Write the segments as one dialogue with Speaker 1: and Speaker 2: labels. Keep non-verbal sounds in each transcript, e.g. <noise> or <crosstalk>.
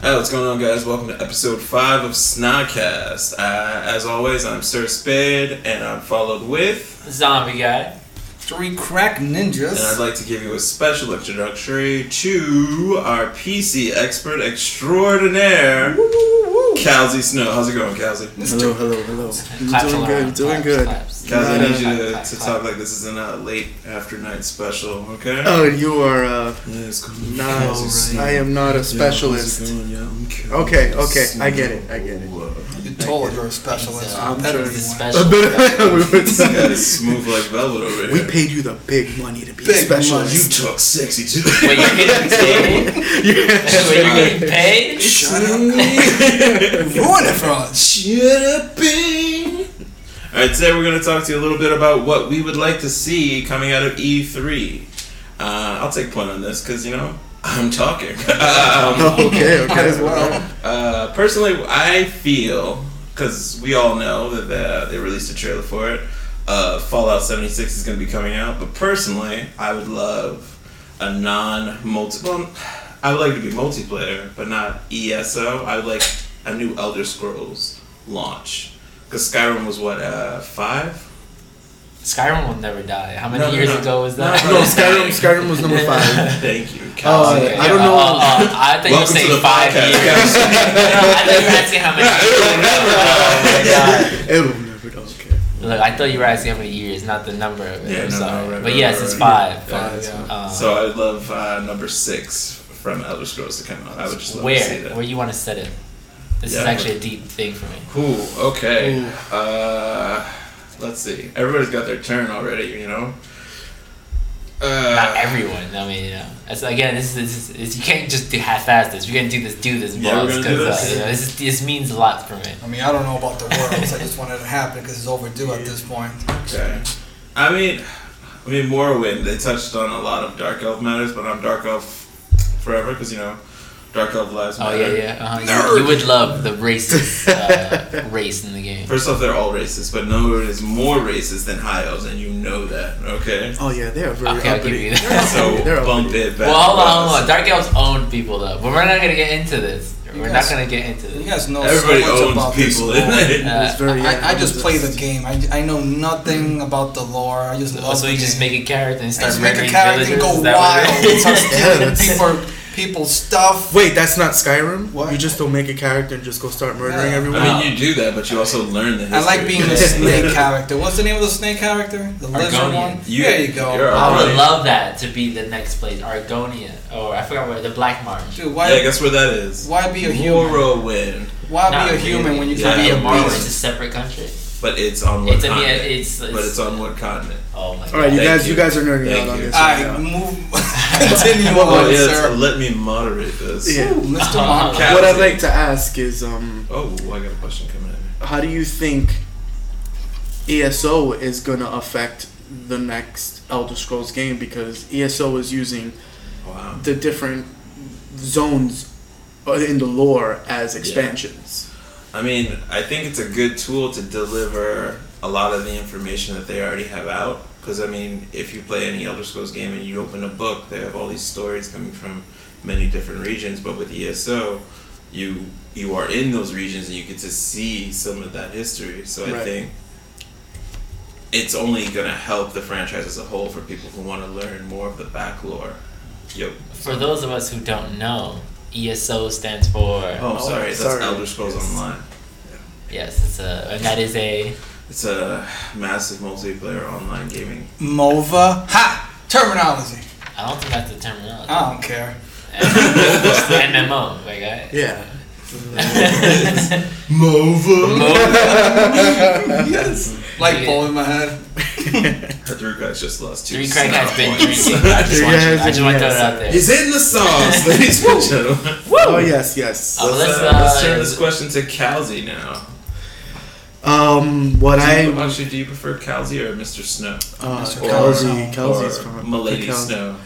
Speaker 1: Hey, what's going on, guys? Welcome to episode five of Snodcast. Uh, as always, I'm Sir Spade, and I'm followed with.
Speaker 2: Zombie guy.
Speaker 3: Three crack ninjas.
Speaker 1: And I'd like to give you a special introductory to our PC expert extraordinaire, Calzy Snow. How's it going, Calzy?
Speaker 3: Hello, hello, hello.
Speaker 2: Claps
Speaker 3: doing
Speaker 2: all
Speaker 3: good,
Speaker 2: around.
Speaker 3: doing
Speaker 2: Claps,
Speaker 3: good.
Speaker 2: claps.
Speaker 1: Calzy, I need you to,
Speaker 2: Clap,
Speaker 1: to
Speaker 2: clap,
Speaker 1: talk
Speaker 2: clap.
Speaker 1: like this is in a late after night special, okay?
Speaker 3: Oh, you are. Uh,
Speaker 1: Yeah, it's cool.
Speaker 3: No,
Speaker 1: Calzy
Speaker 3: I am not a
Speaker 1: Yeah,
Speaker 3: specialist. <laughs>
Speaker 1: how's it going? Yeah, I'm Calzy
Speaker 3: Okay, okay, I get it, I get it.
Speaker 1: Snow. <laughs>
Speaker 4: You told you're a specialist.
Speaker 2: I'm
Speaker 4: That
Speaker 3: sure
Speaker 4: is
Speaker 2: he's
Speaker 4: one.
Speaker 2: special.
Speaker 3: A bit- <laughs> we,
Speaker 1: This guy
Speaker 3: were-
Speaker 1: is smooth like velvet over here.
Speaker 3: we paid you the big money to be a
Speaker 4: Big
Speaker 3: specialist.
Speaker 4: money.
Speaker 1: You talk sexy too.
Speaker 2: Wait,
Speaker 3: <laughs>
Speaker 2: you're getting paid? Wait, you're getting paid?
Speaker 4: Shut up. You ruined it for us. <laughs>
Speaker 1: Should have been. All right, today we're going to talk to you a little bit about what we would like to see coming out of E3. Uh, I'll take point on this because, you know, I'm talking. <laughs> um,
Speaker 3: okay, okay.
Speaker 4: As well.
Speaker 1: uh, personally, I feel, because we all know that uh, they released a trailer for it, uh, Fallout 76 is going to be coming out. But personally, I would love a non multi. Well, I would like it to be multiplayer, but not ESO. I would like a new Elder Scrolls launch. Because Skyrim was what, uh, five?
Speaker 2: Skyrim will never die. How many
Speaker 1: No, no,
Speaker 2: years
Speaker 1: no.
Speaker 2: ago was
Speaker 1: No,
Speaker 2: that?
Speaker 3: No, Skyrim, Skyrim was number <laughs> five.
Speaker 1: <laughs> Thank you.
Speaker 3: Oh,
Speaker 1: Kelsey.
Speaker 3: yeah. I don't know.
Speaker 2: Uh, uh, uh, I thought you were
Speaker 1: Welcome to the
Speaker 2: saying five
Speaker 1: podcast.
Speaker 2: years. no, <laughs> I thought you were asking how many
Speaker 1: Yeah,
Speaker 2: years.
Speaker 1: it'll never die.
Speaker 2: Oh, my God.
Speaker 3: It will never go. Okay.
Speaker 2: Look, I thought you were asking how many years, not the number of it.
Speaker 1: Yeah,
Speaker 2: I'm
Speaker 1: no, no,
Speaker 2: sorry.
Speaker 1: right,
Speaker 2: but
Speaker 1: right,
Speaker 2: yes,
Speaker 1: right,
Speaker 2: it's
Speaker 1: right.
Speaker 2: five.
Speaker 4: Yeah,
Speaker 2: five.
Speaker 4: yeah.
Speaker 2: Uh,
Speaker 1: So I would love uh, number six from Elder Scrolls to come out. I would just love to see
Speaker 2: where?
Speaker 1: that.
Speaker 2: Where you want to set it? This is
Speaker 1: Yeah.
Speaker 2: actually a deep thing for me.
Speaker 1: Cool. Okay.
Speaker 3: Ooh.
Speaker 1: Uh, let's see. Everybody's got their turn already. You know.
Speaker 2: Not
Speaker 1: Uh,
Speaker 2: everyone. I mean, you know, that's, again, this is, this is you can't just do half-ass this. We're gonna do this, do this,
Speaker 1: Yeah, we're
Speaker 2: bros,
Speaker 1: gonna do
Speaker 2: because,
Speaker 1: this.
Speaker 2: uh, you know, this, is, this means a lot for me.
Speaker 4: I mean, I don't know about the worlds. I just wanted it to happen because it's overdue at this point.
Speaker 1: Uh, okay. I mean, I mean Morrowind. They touched on a lot of Dark Elf matters, but I'm Dark Elf forever because you know, Dark Elf lives
Speaker 4: Uh,
Speaker 2: Oh
Speaker 1: matter.
Speaker 2: yeah, yeah. Uh-huh. You, you would love the racist
Speaker 4: <laughs>
Speaker 2: uh, race in the game.
Speaker 1: First off, they're all racist, but no one is more racist than high elves, and you know that. Okay.
Speaker 3: Oh yeah, they are very
Speaker 2: Okay, I'll give
Speaker 3: uppity.
Speaker 2: you that.
Speaker 3: They're
Speaker 2: <laughs>
Speaker 1: So
Speaker 3: uppity, they're
Speaker 1: bump
Speaker 3: uppity.
Speaker 1: it back.
Speaker 2: Well, hold on,
Speaker 1: brothers.
Speaker 2: hold on. Dark elves own people though, but we're not gonna get into this.
Speaker 4: You
Speaker 2: we're
Speaker 4: guys-
Speaker 2: not gonna get into
Speaker 4: You
Speaker 2: this.
Speaker 4: guys know
Speaker 1: Everybody
Speaker 4: so much about
Speaker 1: owns people, <laughs>
Speaker 4: this. world.
Speaker 1: isn't it?
Speaker 2: Uh,
Speaker 3: It's <laughs> very.
Speaker 4: I, I just
Speaker 3: ambiguous.
Speaker 4: play the game. I, I know nothing about the lore. I just love
Speaker 2: so
Speaker 4: the
Speaker 2: you just
Speaker 4: game.
Speaker 2: make a character and
Speaker 4: I
Speaker 2: start
Speaker 4: just make a
Speaker 2: murdering
Speaker 4: character and
Speaker 2: villagers?
Speaker 4: go
Speaker 2: Is that what
Speaker 4: wild.
Speaker 2: it
Speaker 4: and
Speaker 2: is? <laughs>
Speaker 4: <laughs> Start stealing
Speaker 3: Yeah, that's-
Speaker 4: people, people's stuff.
Speaker 3: Wait, that's not Skyrim.
Speaker 4: What?
Speaker 3: You just don't make a character and just go start murdering
Speaker 4: Yeah.
Speaker 3: everyone.
Speaker 1: I mean, you do that, but you also learn the history.
Speaker 4: I
Speaker 1: <laughs>
Speaker 4: like being the snake character. What's the name of the snake character? The lizard
Speaker 2: Argonian.
Speaker 4: one.
Speaker 1: You-
Speaker 4: there you go.
Speaker 1: you're a-
Speaker 2: I would
Speaker 1: Alright.
Speaker 2: love that to be the next place, Argonia, or I forgot where the Black March.
Speaker 4: Dude,
Speaker 1: Yeah,
Speaker 4: why
Speaker 1: guess where that is.
Speaker 4: why be a human?
Speaker 1: Morrowind,
Speaker 4: Why
Speaker 2: Not
Speaker 4: be a human
Speaker 2: really.
Speaker 4: when you
Speaker 1: Yeah,
Speaker 4: can be
Speaker 2: Yeah,
Speaker 4: a
Speaker 2: Morrowind
Speaker 4: beast?
Speaker 2: is a separate country.
Speaker 1: but it's on what
Speaker 2: It's, I mean,
Speaker 1: continent?
Speaker 2: it's, it's
Speaker 1: but it's on what continent?
Speaker 2: Oh my god.
Speaker 3: All right, you
Speaker 1: Thank
Speaker 3: guys, you.
Speaker 1: you.
Speaker 3: guys are nerding
Speaker 1: Thank
Speaker 3: out on
Speaker 1: you.
Speaker 3: this.
Speaker 4: All
Speaker 3: right
Speaker 4: right,
Speaker 3: now.
Speaker 4: move. <laughs> Continue on,
Speaker 1: Oh, yeah,
Speaker 4: sir.
Speaker 1: it's- let me moderate this.
Speaker 3: Yeah.
Speaker 4: Ooh,
Speaker 1: <laughs>
Speaker 4: Mr.
Speaker 2: Uh-huh.
Speaker 4: Monk.
Speaker 1: Cat-
Speaker 3: What I'd like to ask is, um,
Speaker 1: Oh, I got a question coming in.
Speaker 3: how do you think ESO is gonna affect the next Elder Scrolls game? Because ESO is using
Speaker 1: Wow.
Speaker 3: the different zones in the lore as expansions.
Speaker 1: I mean, I think it's a good tool to deliver a lot of the information that they already have out. Because I mean, if you play any Elder Scrolls game and you open a book, they have all these stories coming from many different regions. But with ESO, you you are in those regions and you get to see some of that history. So I
Speaker 3: Right.
Speaker 1: think it's only going to help the franchise as a whole for people who want to learn more of the back lore. Yo.
Speaker 2: For those of us who don't know, ESO stands for
Speaker 1: Oh, sorry, that's
Speaker 3: sorry.
Speaker 1: Elder Scrolls
Speaker 3: Yes.
Speaker 1: Online.
Speaker 2: yes, it's a and that is a
Speaker 1: It's a massive multiplayer online gaming
Speaker 4: Mova. Ha! Terminology.
Speaker 2: I don't think that's the terminology.
Speaker 3: <laughs>
Speaker 4: I
Speaker 1: <laughs>
Speaker 4: don't care.
Speaker 2: It's MMO, like I, <laughs>
Speaker 3: Yeah.
Speaker 1: Mova.
Speaker 4: yes. <laughs> Light bulb in my head.
Speaker 1: The three guys just lost two.
Speaker 2: Three Craig
Speaker 1: snap
Speaker 2: has
Speaker 3: <laughs>
Speaker 2: been
Speaker 1: points.
Speaker 2: drinking. I just want, you,
Speaker 3: Yes,
Speaker 2: I just want to throw it
Speaker 3: yes.
Speaker 2: out there.
Speaker 1: He's in the
Speaker 2: <laughs>
Speaker 1: sauce, <laughs> ladies and gentlemen.
Speaker 3: Oh yes, yes.
Speaker 2: Oh,
Speaker 1: let's,
Speaker 2: let's,
Speaker 1: uh,
Speaker 2: uh,
Speaker 1: let's turn this question to Calzy now.
Speaker 3: Um, what
Speaker 1: Do you,
Speaker 3: I
Speaker 1: actually, do you prefer Calzy or Mr. Snow?
Speaker 3: uh,
Speaker 4: Mr.
Speaker 3: Kelsey,
Speaker 4: Calzy.
Speaker 3: Kelsey's
Speaker 1: or
Speaker 3: from
Speaker 1: Milady
Speaker 3: Kelsey.
Speaker 1: Snow.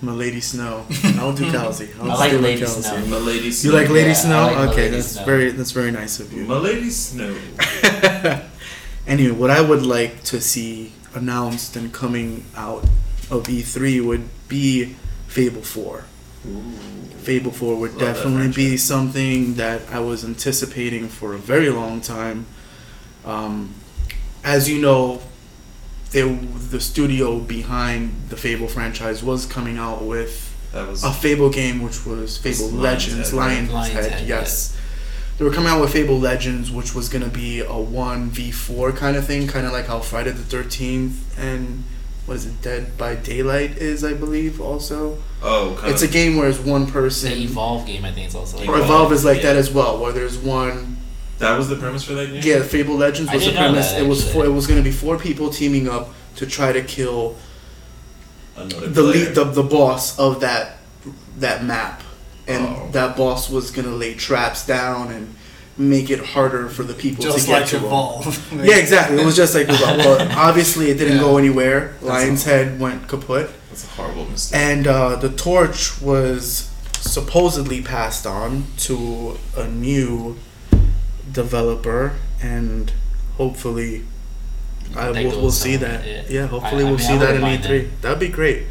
Speaker 3: Milady Snow. I'll do Kelsey. I'll
Speaker 2: I like
Speaker 3: stay with
Speaker 2: Lady
Speaker 3: Kelsey.
Speaker 2: Snow.
Speaker 1: Milady Snow.
Speaker 3: You like Lady
Speaker 2: Yeah, I
Speaker 3: Snow?
Speaker 2: like
Speaker 3: okay,
Speaker 2: Lady
Speaker 3: that's
Speaker 2: Snow.
Speaker 3: very that's very nice of you. <laughs>
Speaker 1: Milady Snow.
Speaker 3: anyway, what I would like to see E announced and coming out of E3 would be Fable 4. Fable 4 would
Speaker 1: Love that
Speaker 3: definitely be something that I was anticipating for a very long time. Um, as you know, they, the studio behind the Fable franchise was coming out with
Speaker 1: That was
Speaker 3: a Fable game, which was Fable
Speaker 1: Lion's
Speaker 3: Legends,
Speaker 1: Head.
Speaker 3: Lion's,
Speaker 2: uh, Lion's
Speaker 3: Head,
Speaker 2: Head,
Speaker 3: yes. They were coming out with Fable Legends, which was going to be a 1v4 kind of thing, kind of like how Friday the 13th and was it Dead by Daylight is, I believe, also.
Speaker 1: oh, kind
Speaker 3: It's a
Speaker 1: of,
Speaker 3: game where it's one person.
Speaker 2: The Uh, Evolve game, I think, is also.
Speaker 3: Or
Speaker 1: Evolve,
Speaker 3: Evolve is like that
Speaker 1: yeah.
Speaker 3: as well, where there's one.
Speaker 1: that was the premise for that game.
Speaker 3: Yeah, Fable Legends
Speaker 2: I
Speaker 3: was the
Speaker 2: didn't know
Speaker 3: premise.
Speaker 2: that,
Speaker 3: it was four,
Speaker 2: actually.
Speaker 3: it was going to be four people teaming up to try to kill
Speaker 1: Another
Speaker 3: the
Speaker 1: player.
Speaker 3: lead, the, the boss of that that map, and
Speaker 1: Oh.
Speaker 3: that boss was going to lay traps down and make it harder for the people
Speaker 4: Just
Speaker 3: to get
Speaker 4: like
Speaker 3: to 'em.
Speaker 4: Evolve.
Speaker 1: <laughs>
Speaker 4: <laughs>
Speaker 3: Yeah, exactly. It was just like Evolve. Well, obviously, it didn't
Speaker 4: Yeah.
Speaker 3: go anywhere. Lion's
Speaker 1: awful.
Speaker 3: Head went kaput.
Speaker 1: That's a horrible mistake.
Speaker 3: And uh, the torch was supposedly passed on to a new developer, and hopefully, I
Speaker 2: That
Speaker 3: will
Speaker 2: goes
Speaker 3: we'll see
Speaker 2: somewhere,
Speaker 3: that. Yeah,
Speaker 2: yeah.
Speaker 3: hopefully
Speaker 2: I- I
Speaker 3: we'll
Speaker 2: mean,
Speaker 3: see
Speaker 2: I
Speaker 3: that in
Speaker 2: wouldn't mind
Speaker 3: E three. That'd be great.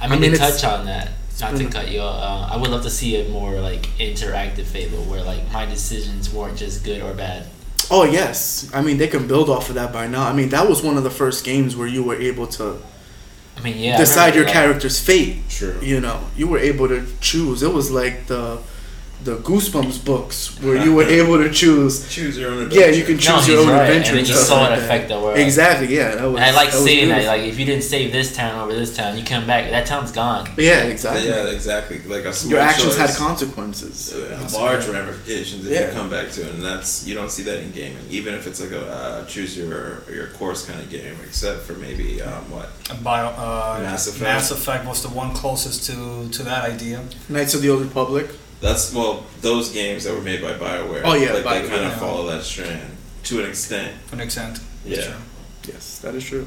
Speaker 2: I
Speaker 3: I
Speaker 2: mean,
Speaker 3: mean,
Speaker 2: to
Speaker 3: it's-
Speaker 2: touch on that, not to
Speaker 3: been-
Speaker 2: cut you off, uh, I would love to see a more like interactive Fable where like my decisions weren't just good or bad.
Speaker 3: Oh yes, I mean they can build off of that by now. I mean that was one of the first games where you were able to
Speaker 2: I mean, yeah. I
Speaker 3: decide
Speaker 2: remember,
Speaker 3: your
Speaker 2: like,
Speaker 3: character's fate.
Speaker 1: True.
Speaker 3: You know, you were able to choose. It was like the the Goosebumps books where
Speaker 2: <laughs>
Speaker 3: you were able to choose
Speaker 1: Choose your own.
Speaker 3: Yeah,
Speaker 1: Adventure.
Speaker 3: you can
Speaker 2: No,
Speaker 3: choose your
Speaker 2: he's
Speaker 3: own
Speaker 2: right,
Speaker 3: adventure.
Speaker 2: and then you
Speaker 3: stuff
Speaker 2: saw
Speaker 3: like
Speaker 2: it
Speaker 3: that.
Speaker 2: affect the world.
Speaker 3: Exactly. Yeah, that was.
Speaker 2: And I like
Speaker 3: that was
Speaker 2: saying that.
Speaker 3: beautiful.
Speaker 2: Like, if you didn't save this town over this town, you come back, that town's gone.
Speaker 3: yeah, exactly.
Speaker 1: Yeah, exactly. Like a small
Speaker 3: Your actions
Speaker 1: choice,
Speaker 3: had consequences.
Speaker 1: uh, large ramifications if
Speaker 3: Yeah.
Speaker 1: you come back to it, and that's you don't see that in gaming. Even if it's like a uh, choose your your course kind of game, except for maybe um, what
Speaker 4: And Bio, uh,
Speaker 1: Mass Effect.
Speaker 4: Mass Effect was the one closest to, to that idea.
Speaker 3: Knights of the Old Republic.
Speaker 1: That's well, those games that were made by Bioware.
Speaker 3: Oh, yeah,
Speaker 1: like they
Speaker 3: Bioware,
Speaker 1: kind of
Speaker 4: yeah.
Speaker 1: follow that strand to an extent.
Speaker 4: To an extent.
Speaker 1: Yeah.
Speaker 4: Sure.
Speaker 3: Yes, that is
Speaker 2: <laughs>
Speaker 3: true.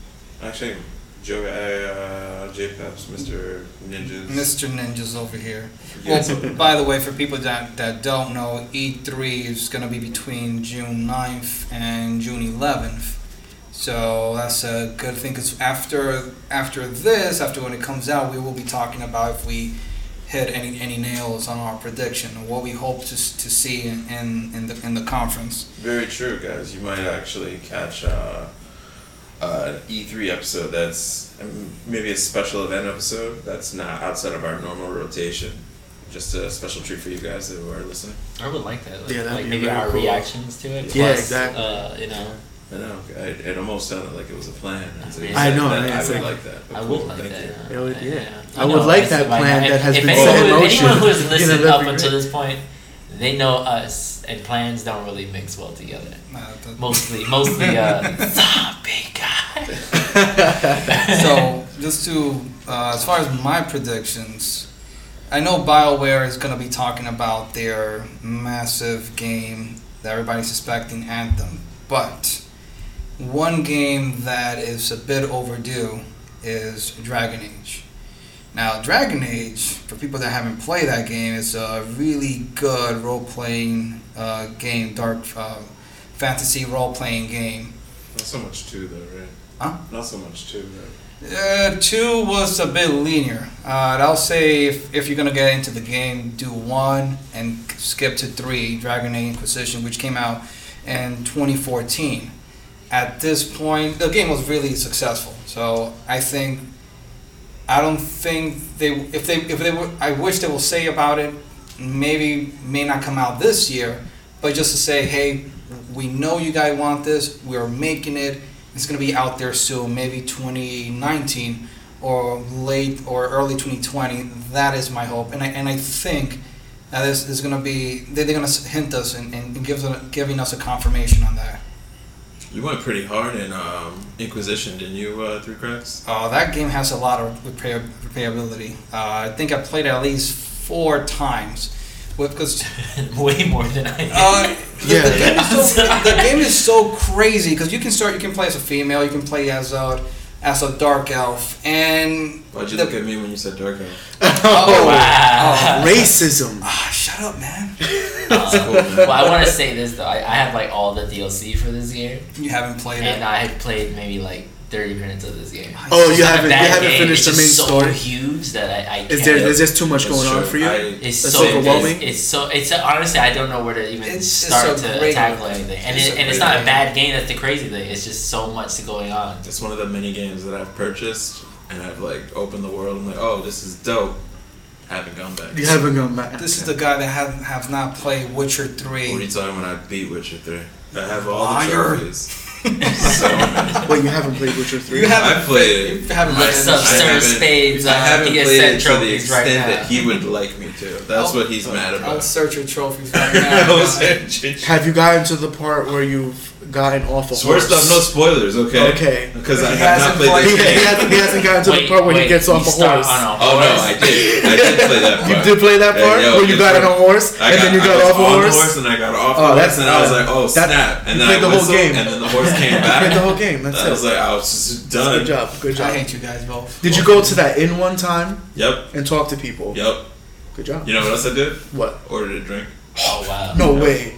Speaker 3: <laughs>
Speaker 1: Actually, Joe, I, uh, JPEPs, Mr. Ninjas.
Speaker 4: Mr. Ninja's over here.
Speaker 1: Yes.
Speaker 4: Well, by the way, for people that, that don't know, E3 is going to be between June 9th and June 11th. So that's a good thing because after after this, after when it comes out, we will be talking about if we hit any any nails on our prediction and what we hope to, s- to see in, in, in the in the conference.
Speaker 1: Very true, guys. You might actually catch uh, uh, an E3 episode that's um, maybe a special event episode that's not outside of our normal rotation. Just a special treat for you guys that were listening.
Speaker 2: I would like that. Like,
Speaker 3: Yeah, that'd
Speaker 2: like
Speaker 3: be
Speaker 2: maybe
Speaker 3: really
Speaker 2: our
Speaker 3: cool.
Speaker 2: reactions to it.
Speaker 3: Yeah,
Speaker 2: plus,
Speaker 3: exactly.
Speaker 2: Uh, you know,
Speaker 1: I know. I, it almost sounded like it was a plan. until you
Speaker 2: I
Speaker 1: said
Speaker 3: know,
Speaker 1: that.
Speaker 3: right?
Speaker 1: I
Speaker 3: It's
Speaker 1: would
Speaker 3: like-
Speaker 1: like that. But
Speaker 2: I
Speaker 1: cool,
Speaker 2: would like
Speaker 1: thank
Speaker 2: that.
Speaker 1: you.
Speaker 2: yeah.
Speaker 3: It would- yeah.
Speaker 2: You
Speaker 3: I would like
Speaker 2: it's
Speaker 3: that
Speaker 2: like-
Speaker 3: plan
Speaker 2: if-
Speaker 3: that has
Speaker 2: if
Speaker 3: been
Speaker 2: anyone,
Speaker 1: set in
Speaker 2: If anyone
Speaker 3: motion,
Speaker 2: who
Speaker 3: you
Speaker 2: has
Speaker 3: know,
Speaker 2: listened
Speaker 3: that'd
Speaker 2: up
Speaker 3: be
Speaker 2: until
Speaker 3: great.
Speaker 2: this point, they know us, and plans don't really mix well together.
Speaker 4: Uh, the-
Speaker 2: Mostly, mostly,
Speaker 3: <laughs>
Speaker 2: uh, zombie guy.
Speaker 3: Oh,
Speaker 4: <laughs> so just to uh, as far as my predictions i know bioware is going to be talking about their massive game that everybody's suspecting anthem but one game that is a bit overdue is dragon age now dragon age for people that haven't played that game is a really good role-playing uh, game dark uh, fantasy role-playing game
Speaker 1: Not so much too, though, right?
Speaker 4: Huh?
Speaker 1: Not so much too, though.
Speaker 4: Uh, two was a bit linear. Uh, and I'll say if, if you're gonna get into the game, do one and skip to three, Dragon Age Inquisition, which came out in 2014. At this point, the game was really successful. So I think I don't think they if they if they were I wish they will say about it. Maybe may not come out this year, but just to say, hey, we know you guys want this. We're making it. It's gonna be out there soon, maybe 2019 or late or early 2020. That is my hope, and I and I think that this is gonna be they- they're gonna hint us and, and give us giving us a confirmation on that.
Speaker 1: You went pretty hard in um, Inquisition, didn't you, uh, Three Cracks?
Speaker 4: Uh, that game has a lot of repair, replayability. Uh, I think I played it at least four times. Because
Speaker 2: <laughs> Way more than I
Speaker 3: oh,
Speaker 2: did.
Speaker 4: uh, the,
Speaker 3: Yeah.
Speaker 4: the, game
Speaker 2: <laughs>
Speaker 4: is so, the game is so crazy because you can start, you can play as a female, you can play as a as a dark elf, and
Speaker 1: Why'd you
Speaker 4: the-
Speaker 1: look at me when you said Dark Elf?
Speaker 3: Oh,
Speaker 2: wow.
Speaker 3: racism.
Speaker 4: ah, shut up, man!
Speaker 2: Uh, <laughs> well, I want to say this though. I, I have like all the DLC for this game,
Speaker 4: You haven't played
Speaker 2: and uh,
Speaker 4: it.
Speaker 2: I had played maybe like thirty minutes of this game.
Speaker 3: Oh,
Speaker 2: It's
Speaker 3: you
Speaker 2: not a
Speaker 3: haven't-
Speaker 2: bad
Speaker 3: you haven't
Speaker 2: game,
Speaker 3: finished
Speaker 2: it's
Speaker 3: the
Speaker 2: just
Speaker 3: main
Speaker 2: so
Speaker 3: story?
Speaker 2: Huge that I, I can't.
Speaker 3: Is there is just too much
Speaker 1: That's
Speaker 3: going on
Speaker 1: true.
Speaker 3: for you?
Speaker 1: I-
Speaker 2: It's
Speaker 3: That's
Speaker 2: so
Speaker 3: overwhelming?
Speaker 2: It's, it's so it's honestly I don't know where to even
Speaker 4: It's- it's
Speaker 2: start
Speaker 4: a
Speaker 2: to
Speaker 4: great
Speaker 2: tackle
Speaker 4: game.
Speaker 2: anything, and
Speaker 4: It's
Speaker 2: it,
Speaker 4: a
Speaker 2: and it's
Speaker 4: great
Speaker 2: not a
Speaker 4: game.
Speaker 2: bad game. That's the crazy thing. It's just so much going on.
Speaker 3: <laughs>
Speaker 1: It's one of the many games that I've purchased and I've like opened the world. I'm like, oh, this is dope. Haven't gone back.
Speaker 3: You haven't gone back.
Speaker 4: This is the guy that have, have not played Witcher
Speaker 1: What
Speaker 4: <laughs>
Speaker 1: are you
Speaker 4: 3.
Speaker 1: talking when I beat Witcher Three? I have all the
Speaker 4: Liar.
Speaker 1: trophies. So I
Speaker 3: Wait, you haven't played Witcher Three?
Speaker 4: You haven't.
Speaker 1: played it.
Speaker 4: You haven't
Speaker 1: I-
Speaker 4: played
Speaker 1: I
Speaker 2: Sub- Sir
Speaker 1: haven't-
Speaker 2: Spade's,
Speaker 1: I
Speaker 2: uh,
Speaker 1: haven't
Speaker 2: PSN
Speaker 1: played it to the
Speaker 2: trophies
Speaker 1: extent
Speaker 2: right now.
Speaker 1: that he would like me to. That's
Speaker 4: Oh.
Speaker 1: what he's mad
Speaker 4: I'll
Speaker 1: about.
Speaker 4: search your trophies
Speaker 1: <laughs>
Speaker 4: right
Speaker 3: <laughs>
Speaker 1: I
Speaker 4: now.
Speaker 1: was searching.
Speaker 3: Have you gotten to the part where you've gotten off a
Speaker 1: So First off, no
Speaker 3: horse?
Speaker 1: spoilers, okay?
Speaker 3: Okay.
Speaker 1: Because I
Speaker 4: He
Speaker 1: have not
Speaker 4: hasn't
Speaker 1: played
Speaker 3: he,
Speaker 1: this
Speaker 4: played
Speaker 3: he
Speaker 1: game.
Speaker 3: hasn't, he hasn't gotten to the part where he gets
Speaker 2: you
Speaker 3: off a
Speaker 2: start
Speaker 3: horse.
Speaker 2: On a horse.
Speaker 1: Oh no, I did. I did play that part.
Speaker 3: <laughs> You did play that
Speaker 1: Yeah,
Speaker 3: part
Speaker 1: yo,
Speaker 3: where you
Speaker 1: it's
Speaker 3: got on a
Speaker 1: like-
Speaker 3: horse
Speaker 1: I
Speaker 3: and then you
Speaker 1: I
Speaker 3: got
Speaker 1: was
Speaker 3: off a
Speaker 1: on the
Speaker 3: horse.
Speaker 1: and I got off
Speaker 3: Oh,
Speaker 1: the
Speaker 3: that's-
Speaker 1: horse, and I was
Speaker 3: uh,
Speaker 1: like, oh
Speaker 3: that-
Speaker 1: snap! And then
Speaker 3: you played
Speaker 1: I
Speaker 3: the whole
Speaker 1: whistled,
Speaker 3: game.
Speaker 1: and then the
Speaker 3: <laughs>
Speaker 1: horse came
Speaker 3: You
Speaker 1: back.
Speaker 3: played the whole game. That's
Speaker 1: I was
Speaker 3: it.
Speaker 1: like, I was just done.
Speaker 3: Good job.
Speaker 4: I
Speaker 3: Good job.
Speaker 4: hate you guys both.
Speaker 3: Did you go to that inn one time
Speaker 1: Yep,
Speaker 3: and talk to people?
Speaker 1: yep.
Speaker 3: Good job.
Speaker 1: You know what else I did?
Speaker 3: What?
Speaker 1: Ordered a drink.
Speaker 2: Oh wow.
Speaker 3: No way.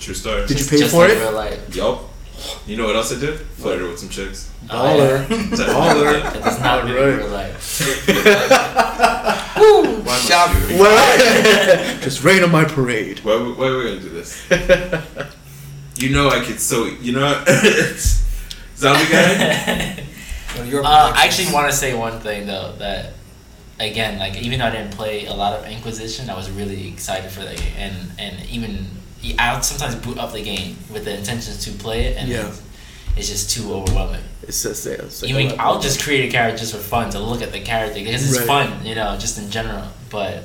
Speaker 1: True story.
Speaker 3: Did you
Speaker 2: Just-
Speaker 3: pay
Speaker 2: just
Speaker 3: for
Speaker 2: like
Speaker 3: it?
Speaker 2: Real life.
Speaker 1: Yup. You know what else I did? Flirted with some chicks.
Speaker 3: <laughs>
Speaker 2: Oh, yeah.
Speaker 3: Baller.
Speaker 1: Is that-
Speaker 3: Baller.
Speaker 2: That does not do
Speaker 3: Alright.
Speaker 2: real life.
Speaker 4: Woo!
Speaker 1: Why must
Speaker 4: Shop.
Speaker 1: you?
Speaker 3: Well, <laughs> just rain on my parade. <laughs>
Speaker 1: Why, why are we gonna do this? You know I could so you know <laughs> zombie
Speaker 2: <laughs>
Speaker 1: guy.
Speaker 4: What are your
Speaker 2: Uh, I
Speaker 4: predictions?
Speaker 2: actually want to say one thing though that again, like even though I didn't play a lot of Inquisition, I was really excited for that game, and and even I would sometimes boot up the game with the intentions to play it, and
Speaker 3: Yeah.
Speaker 2: it's, it's just too overwhelming.
Speaker 3: It's just there. It's like uh,
Speaker 2: Even
Speaker 3: a-
Speaker 2: I'll just create a character just for fun to look at the character because it's
Speaker 3: Right.
Speaker 2: fun, you know, just in general. But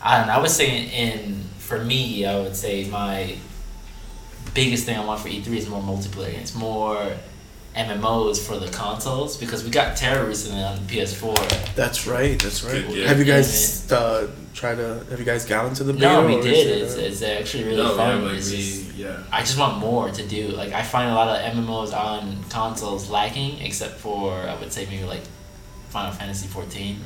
Speaker 2: I don't know. I would say in for me, I would say my biggest thing I want for E three is more multiplayer. It's more MMOs for the consoles because we got Terra recently on PS four.
Speaker 3: That's right. That's right.
Speaker 1: Good, yeah.
Speaker 3: Have you guys uh, tried to? Have you guys gotten to the beta?
Speaker 2: No, we
Speaker 3: or is
Speaker 2: did.
Speaker 3: it,
Speaker 2: It's,
Speaker 3: uh,
Speaker 2: it's actually really
Speaker 1: No,
Speaker 2: fun.
Speaker 1: man, like
Speaker 2: It's just-
Speaker 1: we, yeah.
Speaker 2: I just want more to do. Like I find a lot of MMOs on consoles lacking, except for I would say maybe like Final Fantasy fourteen.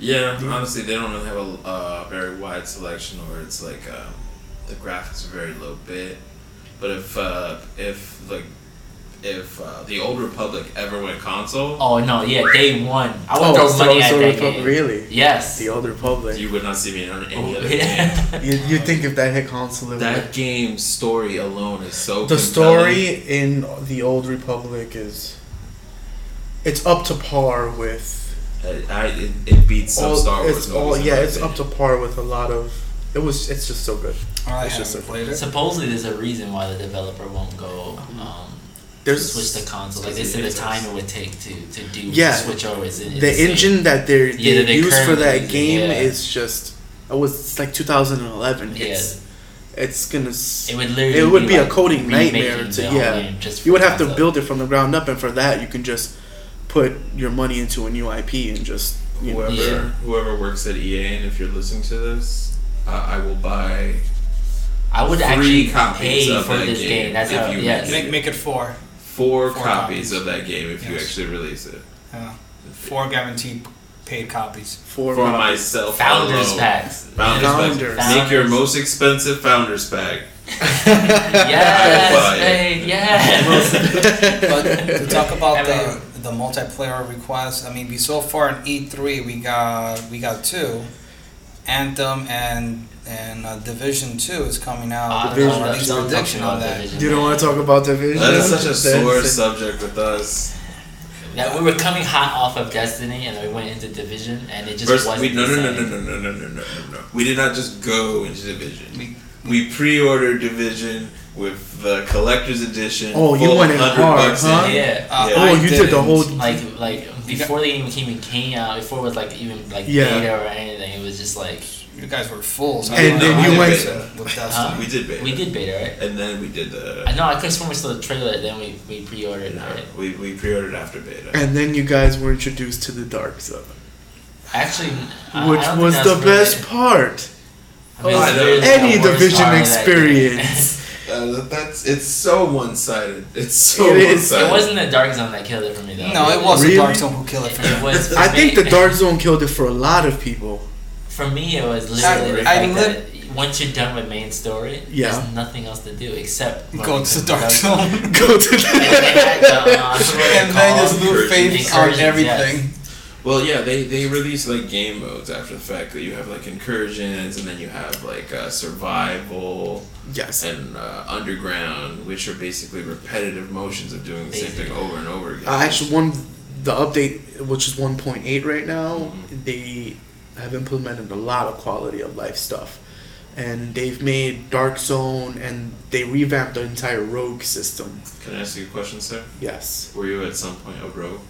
Speaker 1: Yeah,
Speaker 3: Mm-hmm.
Speaker 1: honestly, they don't really have a uh, very wide selection, or it's like um, the graphics are very low bit. But if uh, if like if uh, the old Republic ever went console,
Speaker 2: Oh no, yeah, day one. I would
Speaker 3: Oh,
Speaker 2: throw
Speaker 3: so-
Speaker 2: money at
Speaker 3: so
Speaker 2: that
Speaker 3: Repu-
Speaker 2: game.
Speaker 3: really?
Speaker 2: Yes. Oh,
Speaker 3: the old Republic. You
Speaker 1: you would not see me on
Speaker 3: Oh,
Speaker 1: any other game.
Speaker 3: <laughs>
Speaker 2: yeah. <laughs>
Speaker 3: you would think if that hit <laughs> console, it
Speaker 1: That game's story alone is so.
Speaker 3: would, the
Speaker 1: compelling.
Speaker 3: story in the old Republic is it's up to par with
Speaker 1: I, I, it, it beats some
Speaker 3: all.
Speaker 1: Star Wars
Speaker 3: it's
Speaker 1: movies.
Speaker 3: all
Speaker 1: in
Speaker 3: yeah.
Speaker 1: my
Speaker 3: It's up
Speaker 1: opinion.
Speaker 3: to par with a lot of. It was. It's just so good.
Speaker 4: I
Speaker 3: It's just
Speaker 4: haven't
Speaker 3: a-
Speaker 4: played it.
Speaker 2: Supposedly, there's a reason why the developer won't go um,
Speaker 3: Mm-hmm. There's
Speaker 2: switch the console. Like they said, the time it would take to to do
Speaker 3: Yeah.
Speaker 2: switch over is is
Speaker 3: the
Speaker 2: insane.
Speaker 3: engine that they're, they
Speaker 2: Yeah, that they
Speaker 3: use for
Speaker 2: currently
Speaker 3: that
Speaker 2: using,
Speaker 3: game
Speaker 2: yeah.
Speaker 3: is just it was it's like 2011
Speaker 2: Yeah,
Speaker 3: it's it's gonna s-
Speaker 2: it would literally.
Speaker 3: it would be a
Speaker 2: like
Speaker 3: coding nightmare
Speaker 2: remaking
Speaker 3: to-
Speaker 2: the whole
Speaker 3: yeah.
Speaker 2: game just for
Speaker 3: you would have to
Speaker 2: console.
Speaker 3: build it from the ground up and for that you can just put your money into a new ip and just you know
Speaker 1: Whoever
Speaker 2: Yeah.
Speaker 1: whoever works at EA, and if you're listening to this, I, I will buy
Speaker 2: I would
Speaker 1: three
Speaker 2: actually
Speaker 1: copies
Speaker 2: pay
Speaker 1: of
Speaker 2: for
Speaker 1: that
Speaker 2: this
Speaker 1: game
Speaker 2: game. That's
Speaker 1: if
Speaker 2: how.
Speaker 1: you
Speaker 2: Yes.
Speaker 1: make
Speaker 4: Make, make it four.
Speaker 1: four,
Speaker 4: Four
Speaker 1: copies,
Speaker 4: copies.
Speaker 1: of that game if you
Speaker 4: Yes.
Speaker 1: actually release it.
Speaker 4: Uh, four guaranteed paid copies.
Speaker 3: for,
Speaker 1: For myself,
Speaker 2: Founders
Speaker 1: alone.
Speaker 2: packs.
Speaker 1: Founders,
Speaker 3: Founders.
Speaker 1: pack. Make your
Speaker 2: Founders.
Speaker 1: most expensive founders pack.
Speaker 2: Yes,
Speaker 3: <laughs>
Speaker 1: High five.
Speaker 2: babe, yes.
Speaker 4: But
Speaker 3: <laughs>
Speaker 4: to talk about
Speaker 2: I
Speaker 4: the, the multiplayer requests, I mean, we so far in E3 we got we got two, Anthem and and uh, Division Two is coming out.
Speaker 2: I
Speaker 3: Division.
Speaker 2: don't
Speaker 4: Or
Speaker 2: know,
Speaker 4: at least
Speaker 2: don't talk
Speaker 4: prediction
Speaker 2: about
Speaker 4: on that.
Speaker 2: Ah, Division,
Speaker 3: <laughs> you don't
Speaker 2: man.
Speaker 3: want to talk about division
Speaker 1: That is such a sore
Speaker 3: That's-
Speaker 1: subject with us.
Speaker 2: Yeah, we were coming hot off of Destiny, and then we went into Division, and it just
Speaker 1: First, we
Speaker 2: wasn't.
Speaker 1: no no no
Speaker 2: the
Speaker 1: no
Speaker 2: same.
Speaker 1: no no no no no no. no. We did not just go into division.
Speaker 4: We-
Speaker 1: We pre-ordered division with the collector's edition.
Speaker 3: Oh, you
Speaker 1: full
Speaker 3: went in
Speaker 1: 100
Speaker 3: hard,
Speaker 1: bucks in
Speaker 3: huh?
Speaker 1: it.
Speaker 2: Yeah,
Speaker 4: Uh,
Speaker 1: Yeah.
Speaker 3: oh
Speaker 4: I
Speaker 3: you did the
Speaker 4: didn't.
Speaker 3: whole
Speaker 2: like like before the game even came out, before it was like even like
Speaker 3: Yeah.
Speaker 2: data or anything, it was just like
Speaker 4: You guys were fools. I
Speaker 3: And
Speaker 4: don't
Speaker 3: then
Speaker 4: know
Speaker 3: you
Speaker 4: why
Speaker 3: went-
Speaker 4: they did with Destiny.
Speaker 2: Huh?
Speaker 1: We did beta.
Speaker 2: we did beta,
Speaker 1: And then we did
Speaker 2: right? I
Speaker 1: the.
Speaker 2: know I could swear we saw the trailer, then we we pre-ordered
Speaker 1: No,
Speaker 2: it.
Speaker 1: we, we pre-ordered after beta.
Speaker 3: and then you guys were introduced to the dark zone
Speaker 2: Actually, I- I
Speaker 3: which
Speaker 2: don't think
Speaker 3: was
Speaker 2: that's
Speaker 3: the
Speaker 2: really-
Speaker 3: best part
Speaker 2: I mean,
Speaker 1: of
Speaker 2: it's literally
Speaker 3: any
Speaker 2: the worst
Speaker 3: division
Speaker 2: part of that game.
Speaker 3: experience
Speaker 1: Uh, that's it's so one-sided. It's so
Speaker 3: It is.
Speaker 1: one-sided.
Speaker 2: <laughs> it wasn't the Dark Zone that killed it for me though.
Speaker 4: no, it wasn't
Speaker 3: Really?
Speaker 4: Dark Zone who killed it
Speaker 2: <laughs>
Speaker 4: for me.
Speaker 2: It was. For
Speaker 3: i think the
Speaker 2: me-
Speaker 3: dark zone killed it for a lot of people <laughs>
Speaker 2: For me, it was
Speaker 4: I,
Speaker 2: literally. the
Speaker 4: I
Speaker 2: fact
Speaker 4: lit-
Speaker 2: that once you're done with main story,
Speaker 3: Yeah.
Speaker 2: there's nothing else to do except
Speaker 4: Go to the
Speaker 2: <laughs>
Speaker 4: dark zone.
Speaker 3: Go to
Speaker 2: and then <laughs>
Speaker 4: <laughs>
Speaker 3: the
Speaker 2: act on what they
Speaker 4: and then
Speaker 2: call-
Speaker 4: just lose faith on
Speaker 2: Incursions,
Speaker 4: everything.
Speaker 1: Well, yeah, they, they release like game modes after the fact that you have like incursions and then you have like uh, survival
Speaker 3: yes.
Speaker 1: and uh, underground, which are basically repetitive motions of doing the same thing over and over again.
Speaker 3: Uh, actually, one the update, which is one point eight right now,
Speaker 1: Mm-hmm.
Speaker 3: they have implemented a lot of quality of life stuff, and they've made Dark Zone and they revamped the entire Rogue system.
Speaker 1: Can I ask you a question, sir?
Speaker 3: Yes,
Speaker 1: Were you at some point a rogue?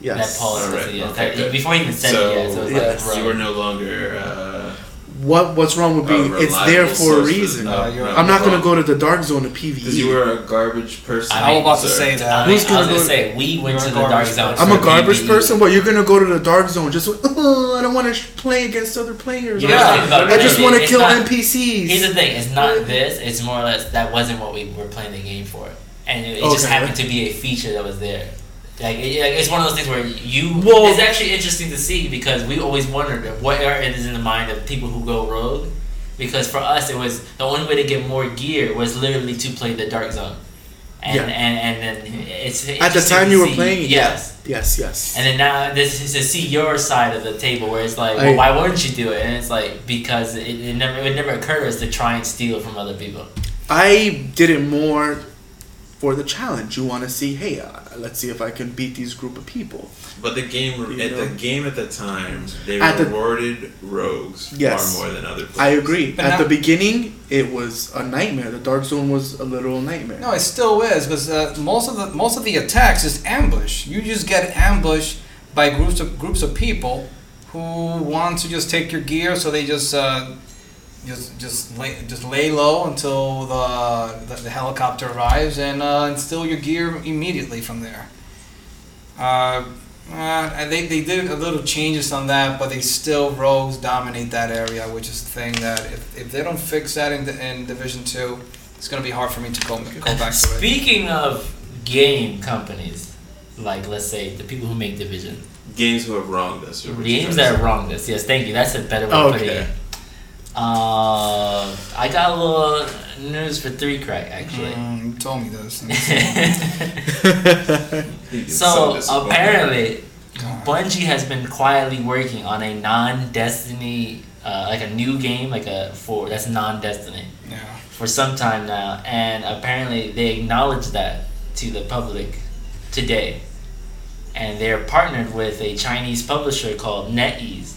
Speaker 3: yes.
Speaker 2: That Paul is
Speaker 1: Alright,
Speaker 2: yeah,
Speaker 1: okay,
Speaker 2: that-
Speaker 1: good.
Speaker 2: before he even said
Speaker 1: so,
Speaker 2: it, yeah, so it was
Speaker 3: yes,
Speaker 2: like,
Speaker 1: you
Speaker 2: bro.
Speaker 1: were no longer. Uh,
Speaker 3: What what's wrong with
Speaker 1: a
Speaker 3: being? It's there
Speaker 1: reliable
Speaker 3: for a
Speaker 1: source
Speaker 3: reason.
Speaker 1: no,
Speaker 4: Uh, you're-
Speaker 1: no,
Speaker 3: I'm not gonna
Speaker 1: wrong.
Speaker 3: go to the Dark Zone to E.
Speaker 1: Because you
Speaker 3: PVE.
Speaker 1: were a garbage person.
Speaker 2: I was
Speaker 4: about to
Speaker 1: sir.
Speaker 4: say that.
Speaker 2: I,
Speaker 3: Who's
Speaker 2: mean, I
Speaker 3: gonna
Speaker 2: was gonna
Speaker 3: go-
Speaker 2: say we went to
Speaker 4: You're a
Speaker 2: the dark
Speaker 4: garbage
Speaker 2: zone.
Speaker 3: I'm
Speaker 2: for
Speaker 3: a garbage
Speaker 2: BBE.
Speaker 1: E.
Speaker 3: person, but you're gonna go to the Dark Zone just. Oh, I don't want to play against other players.
Speaker 2: You
Speaker 4: Yeah.
Speaker 2: know what I'm saying? But
Speaker 3: I just want to
Speaker 2: it's
Speaker 3: kill
Speaker 2: not-
Speaker 3: NPCs.
Speaker 2: Here's the thing: it's not this. It's more or less that wasn't what we were playing the game for, and it, it just
Speaker 3: Okay.
Speaker 2: happened to be a feature that was there. Like, it, like, it's one of those things where you.
Speaker 3: Well-
Speaker 2: it's actually interesting to see because we always wondered if what are- is in the mind of people who go rogue, because for us it was the only way to get more gear was literally to play the dark zone, and
Speaker 3: Yeah.
Speaker 2: and, and then it's
Speaker 3: At the
Speaker 2: interesting
Speaker 3: time
Speaker 2: to
Speaker 3: you were
Speaker 2: see-
Speaker 3: playing it, yeah.
Speaker 2: yes.
Speaker 3: Yes, yes.
Speaker 2: And then now this is to see your side of the table where it's like,
Speaker 3: I-
Speaker 2: well, why wouldn't you do it? And it's like because it, it never it would never occur to us to try and steal from other people.
Speaker 3: I did it more for the challenge. You want to see, hey, uh, let's see if I can beat these group of people.
Speaker 1: But the game
Speaker 3: You
Speaker 1: at the
Speaker 3: know?
Speaker 1: game at the time, they
Speaker 3: At the-
Speaker 1: rewarded rogues
Speaker 3: Yes.
Speaker 1: far more than other players.
Speaker 3: I agree.
Speaker 4: But
Speaker 3: At
Speaker 4: now-
Speaker 3: the beginning, it was a nightmare. The Dark Zone was a literal nightmare.
Speaker 4: No, it still is because uh, most of the most of the attacks is ambush. You just get ambushed by groups of groups of people who want to just take your gear, so they just uh, just just lay, just lay low until the the, the helicopter arrives and uh, and steal your gear immediately from there. Uh, uh, they, they did a little changes on that, but they still rogues dominate that area, which is the thing that if, if they don't fix that in, the, in Division Two, it's gonna be hard for me to go, go back to it.
Speaker 2: Speaking of game companies, like let's say the people who make division
Speaker 1: Games who have wronged us. or what you're trying
Speaker 2: games that
Speaker 1: to
Speaker 2: are wrong. This yes, thank you. That's a better way to put it.
Speaker 3: Okay.
Speaker 2: in. Uh, I got a little news for three crack actually.
Speaker 4: Mm, you told me this.
Speaker 2: <laughs>
Speaker 1: say. <laughs> You've been
Speaker 2: so
Speaker 1: disappointed.
Speaker 2: apparently
Speaker 4: God.
Speaker 2: Bungie has been quietly working on a non-Destiny, uh, like a new game, like a for that's non-Destiny
Speaker 4: yeah.
Speaker 2: for some time now, and apparently they acknowledged that to the public today, and they're partnered with a Chinese publisher called NetEase,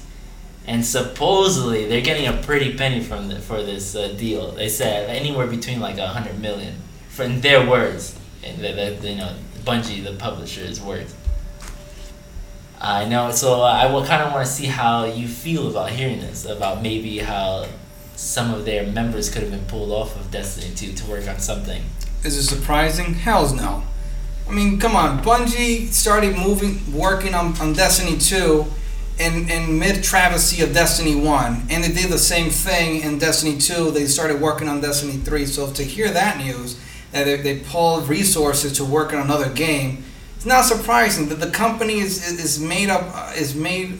Speaker 2: and supposedly they're getting a pretty penny from the, for this uh, deal. They said anywhere between like a hundred million, from their words, and the, the, you know Bungie, the publisher's words. I know, so uh, I will kind of want to see how you feel about hearing this, about maybe how some of their members could have been pulled off of Destiny 2 to work on something.
Speaker 4: Is it surprising? Hell's no. I mean, come on. Bungie started moving, working on, on Destiny 2 in, in mid travesty of Destiny 1. And they did the same thing in Destiny 2. They started working on Destiny 3. So to hear that news, that they, they pulled resources to work on another game, it's not surprising that the company is, is, is made up, uh, is made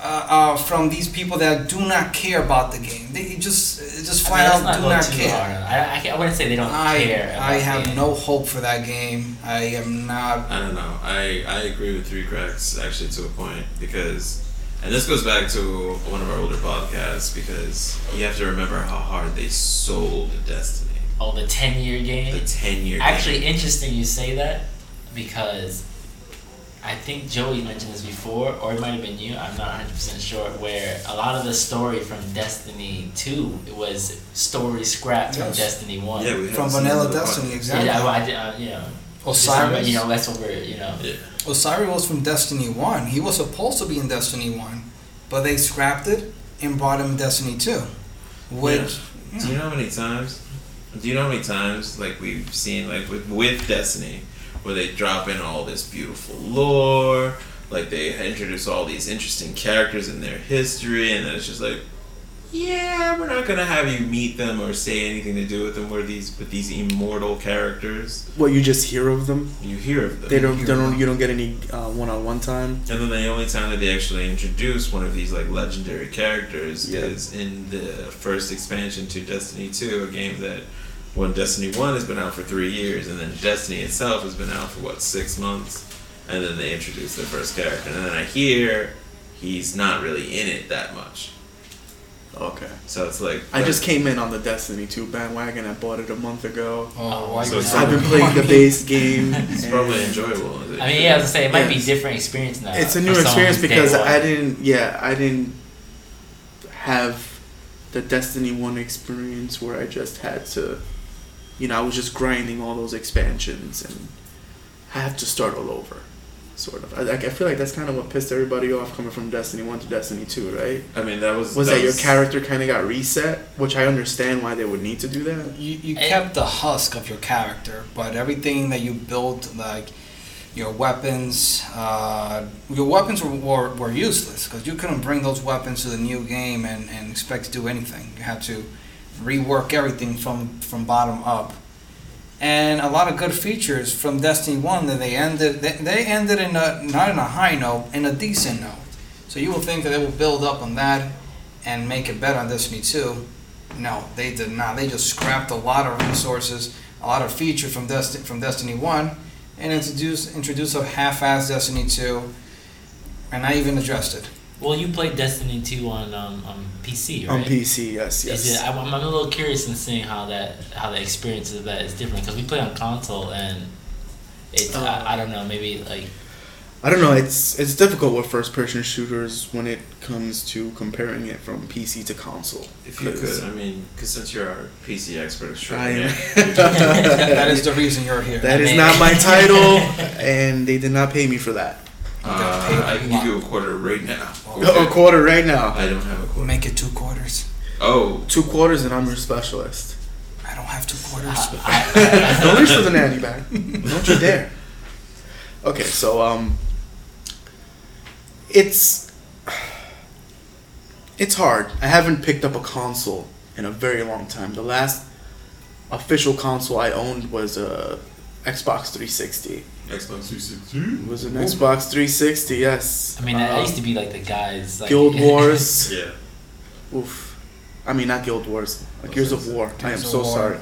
Speaker 4: uh, uh, from these people that do not care about the game. They just, just flat
Speaker 2: I mean, let's
Speaker 4: out do
Speaker 2: go
Speaker 4: not
Speaker 2: too
Speaker 4: care.
Speaker 2: hard on it. I, I, can't- I wouldn't say they don't
Speaker 4: I,
Speaker 2: care. about
Speaker 4: I have
Speaker 2: it.
Speaker 4: no hope for that game. I am not.
Speaker 1: I don't know. I, I agree with Three Cracks actually to a point because, and this goes back to one of our older podcasts because you have to remember how hard they sold Destiny,
Speaker 2: Oh, the 10 year
Speaker 1: the
Speaker 2: game?
Speaker 1: ten year.
Speaker 2: Actually, interesting you say that because I think Joey mentioned this before, or it might have been you, I'm not 100% sure, where a lot of the story from Destiny 2 was story scrapped from
Speaker 4: Yes.
Speaker 2: Destiny 1.
Speaker 1: yeah, we had
Speaker 4: From
Speaker 1: this in
Speaker 4: Vanilla
Speaker 1: another
Speaker 4: Destiny,
Speaker 1: podcast.
Speaker 4: exactly.
Speaker 2: Yeah, well, I, did- uh, you know, just remember,
Speaker 4: Osiris.
Speaker 2: you know, that's what we're, you know.
Speaker 1: Yeah.
Speaker 4: Osiris was from Destiny One. He was supposed to be in Destiny One, but they scrapped it and brought him in Destiny Two, which
Speaker 1: Do you know how many times? Do you know how many times like we've seen like with with Destiny, where they drop in all this beautiful lore, like they introduce all these interesting characters and their history, and then it's just like, yeah, we're not gonna have you meet them or say anything to do with them. We're these, but these immortal characters.
Speaker 3: <laughs> What you just hear of them?
Speaker 1: Uh, You hear of them.
Speaker 3: They don't. They don't. You don't get any uh, one-on-one time.
Speaker 1: And then the only time that they actually introduce one of these like legendary characters
Speaker 3: Yeah.
Speaker 1: is in the first expansion to Destiny Two, a game that when Destiny One has been out for three years, and then Destiny itself has been out for what six months, and then they introduce their first character, and then I hear he's not really in it that much.
Speaker 3: Okay.
Speaker 1: So it's like
Speaker 3: I just came in on the Destiny 2 bandwagon. I bought it a month ago.
Speaker 4: Oh,
Speaker 2: why
Speaker 1: So you- it's
Speaker 3: I've been
Speaker 2: <laughs>
Speaker 3: playing the base game.
Speaker 1: <laughs> it's
Speaker 3: and
Speaker 1: probably enjoyable. is it?
Speaker 2: I mean, yeah, I was gonna say it might be
Speaker 3: Yes.
Speaker 2: different experience now.
Speaker 3: It's a
Speaker 2: for
Speaker 3: new
Speaker 2: someone
Speaker 3: experience
Speaker 2: who's day
Speaker 3: because
Speaker 2: one.
Speaker 3: I didn't. Yeah, I didn't have the Destiny 1 experience where I just had to. You know, I was just grinding all those expansions and I have to start all over. Sort of. I, like, I feel like that's kind of what pissed everybody off coming from Destiny 1 to Destiny 2, right?
Speaker 1: I mean, that was
Speaker 3: was that your character kind of got reset, which I understand why they would need to do that.
Speaker 4: You, you
Speaker 2: And-
Speaker 4: kept the husk of your character, but everything that you built, like your weapons, uh, your weapons were, were, were useless because you couldn't bring those weapons to the new game and, and expect to do anything. You had to rework everything from, from bottom up. And a lot of good features from Destiny 1 that they ended, they, they ended in a, not in a high note, in a decent note. So you would think that they would build up on that and make it better on Destiny 2. No, they did not. They just scrapped a lot of resources, a lot of features from Destiny from Destiny One, and introduced introduced a half-assed Destiny Two, and I even addressed
Speaker 3: <laughs>
Speaker 4: it.
Speaker 2: Well, you played Destiny two on um, on PC, right?
Speaker 3: On PC,
Speaker 2: Is
Speaker 3: yes, yes.
Speaker 2: it, I'm, I'm a little curious in seeing how that how the experience of that is different because we play on console and it's
Speaker 3: Uh,
Speaker 2: I, I don't know maybe like
Speaker 3: I don't know. It's it's difficult with first person shooters when it comes to comparing it from PC to console.
Speaker 1: If you could, I mean, because since you're our PC expert, sure. yeah.
Speaker 4: <laughs> that
Speaker 3: that
Speaker 4: is the reason you're here.
Speaker 3: that is not my title, and they did not pay me for that.
Speaker 1: Uh, I can give you a quarter right now.
Speaker 3: <laughs> A quarter right now,
Speaker 1: I don't have a quarter.
Speaker 4: Make it two quarters.
Speaker 1: Oh,
Speaker 3: two quarters, and I'm your specialist.
Speaker 4: I don't have two quarters.
Speaker 2: I,
Speaker 3: Don't reach for the nanny bag. Don't you dare. Okay, so um, it's it's hard. I haven't picked up a console in a very long time. The last official console I owned was a Xbox 360.
Speaker 1: Xbox 360.
Speaker 3: It was an Xbox 360. Yes.
Speaker 2: I mean that
Speaker 3: Um,
Speaker 2: used to be like the guys like, <laughs>
Speaker 3: Guild Wars.
Speaker 1: Yeah.
Speaker 3: Oof. I mean, not Guild Wars. Like Gears of War. I am
Speaker 4: Gears of
Speaker 3: so
Speaker 4: War.
Speaker 3: sorry.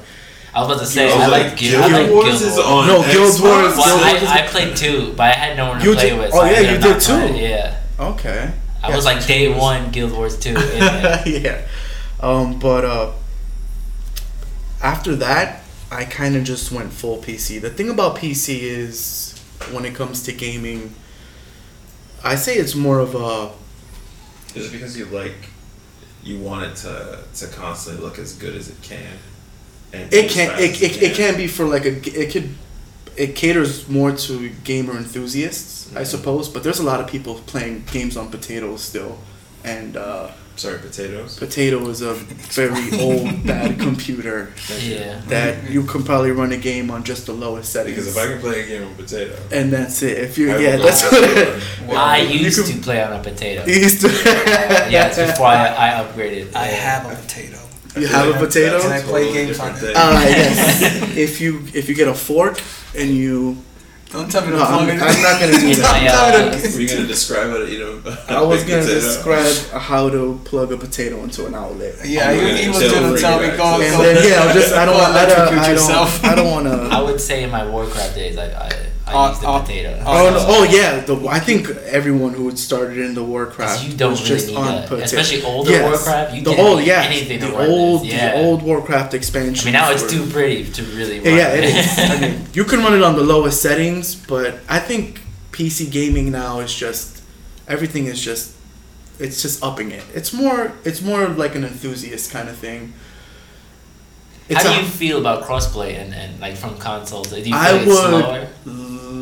Speaker 2: I was about to say
Speaker 1: Oh,
Speaker 2: I
Speaker 1: like
Speaker 2: like Guild, I
Speaker 3: Guild
Speaker 2: like
Speaker 1: Wars
Speaker 2: Guild
Speaker 1: is
Speaker 2: Wars.
Speaker 1: on
Speaker 3: No, Guild
Speaker 1: Xbox?
Speaker 3: Wars-
Speaker 2: Well,
Speaker 3: Guild Wars is-
Speaker 2: I, I played two, but I had no one to
Speaker 3: You
Speaker 2: play
Speaker 3: did-
Speaker 2: with.
Speaker 3: oh,
Speaker 2: I
Speaker 3: yeah,
Speaker 2: ended
Speaker 3: you
Speaker 2: up
Speaker 3: did
Speaker 2: not playing
Speaker 3: too.
Speaker 2: it, Yeah,
Speaker 3: Okay.
Speaker 2: I
Speaker 3: Yes.
Speaker 2: was like day one Guild Wars two.
Speaker 3: <laughs>
Speaker 2: Yeah.
Speaker 3: yeah. Um, but uh, after that, I kind of just went full PC. The thing about PC is when it comes to gaming, I say it's more of a
Speaker 1: Is it because you like, you want it to, to constantly look as good as it can? And be
Speaker 3: it
Speaker 1: as
Speaker 3: can
Speaker 1: fast
Speaker 3: it,
Speaker 1: as
Speaker 3: it, it can be for like a g- it could it caters more to gamer enthusiasts, I
Speaker 1: Mhm.
Speaker 3: suppose. But there's a lot of people playing games on potatoes still, and uh,
Speaker 1: Sorry, potatoes.
Speaker 3: potato is a very old bad computer
Speaker 2: yeah.
Speaker 3: that you can probably run a game on just the lowest settings.
Speaker 1: Because if I can play a game on potato,
Speaker 3: and that's it. If you
Speaker 1: I
Speaker 3: yeah,
Speaker 1: will
Speaker 3: that's
Speaker 1: not
Speaker 3: what
Speaker 1: play
Speaker 4: Well,
Speaker 2: I
Speaker 3: you
Speaker 2: used
Speaker 3: can-
Speaker 2: to play on a potato.
Speaker 3: <laughs> you used to.
Speaker 2: <laughs> yeah, it's before I, I upgraded.
Speaker 4: I have a potato.
Speaker 3: You have a
Speaker 1: That's
Speaker 3: potato.
Speaker 4: Can I play
Speaker 1: totally
Speaker 4: games
Speaker 1: different
Speaker 4: on
Speaker 1: thing.
Speaker 4: it?
Speaker 2: <laughs>
Speaker 3: Uh, yes. if you if you get a fork and you,
Speaker 4: Don't tell me
Speaker 3: no,
Speaker 4: to plug
Speaker 3: I'm,
Speaker 4: it.
Speaker 3: I'm not gonna do
Speaker 2: <laughs> In
Speaker 3: that.
Speaker 2: my, uh,
Speaker 1: Were you gonna describe how to eat a
Speaker 3: I was
Speaker 1: big
Speaker 3: gonna
Speaker 1: potato?
Speaker 3: describe how to plug a potato into an outlet.
Speaker 4: Yeah,
Speaker 1: I'm
Speaker 4: you
Speaker 1: gonna
Speaker 4: he was
Speaker 1: tell
Speaker 4: gonna
Speaker 1: you
Speaker 4: tell me
Speaker 1: right,
Speaker 4: go.
Speaker 1: so-
Speaker 3: And
Speaker 4: go-
Speaker 3: then yeah, I'm just I don't
Speaker 4: go
Speaker 3: want I don't
Speaker 4: electrocute
Speaker 3: I
Speaker 4: yourself.
Speaker 3: don't, I don't
Speaker 2: <laughs>
Speaker 3: want
Speaker 2: I
Speaker 3: to.
Speaker 2: would say in my Warcraft days, I I, I
Speaker 4: Oh,
Speaker 2: used the
Speaker 4: oh,
Speaker 2: potato.
Speaker 3: Oh, no, oh yeah, the, I think everyone who had started in the Warcraft
Speaker 2: 'Cause you don't
Speaker 3: was
Speaker 2: really
Speaker 3: just
Speaker 2: need
Speaker 3: on
Speaker 2: that,
Speaker 3: potato.
Speaker 2: especially older
Speaker 3: Yes.
Speaker 2: Warcraft. You
Speaker 3: the
Speaker 2: didn't
Speaker 3: old
Speaker 2: need
Speaker 3: yeah,
Speaker 2: anything to
Speaker 3: the
Speaker 2: run
Speaker 3: old
Speaker 2: this. Yeah.
Speaker 3: the old Warcraft
Speaker 2: I
Speaker 3: expansion.
Speaker 2: mean, now it's too pretty to really. Run.
Speaker 3: Yeah,
Speaker 2: <laughs>
Speaker 3: it is. I mean, you can run it on the lowest settings, but I think PC gaming now is just everything is just it's just upping it. It's more it's more like an enthusiast kind of thing. It's
Speaker 2: How do
Speaker 3: a-
Speaker 2: you feel about crossplay and, and like from consoles? Do you feel
Speaker 3: I
Speaker 2: it's
Speaker 3: would-
Speaker 2: slower?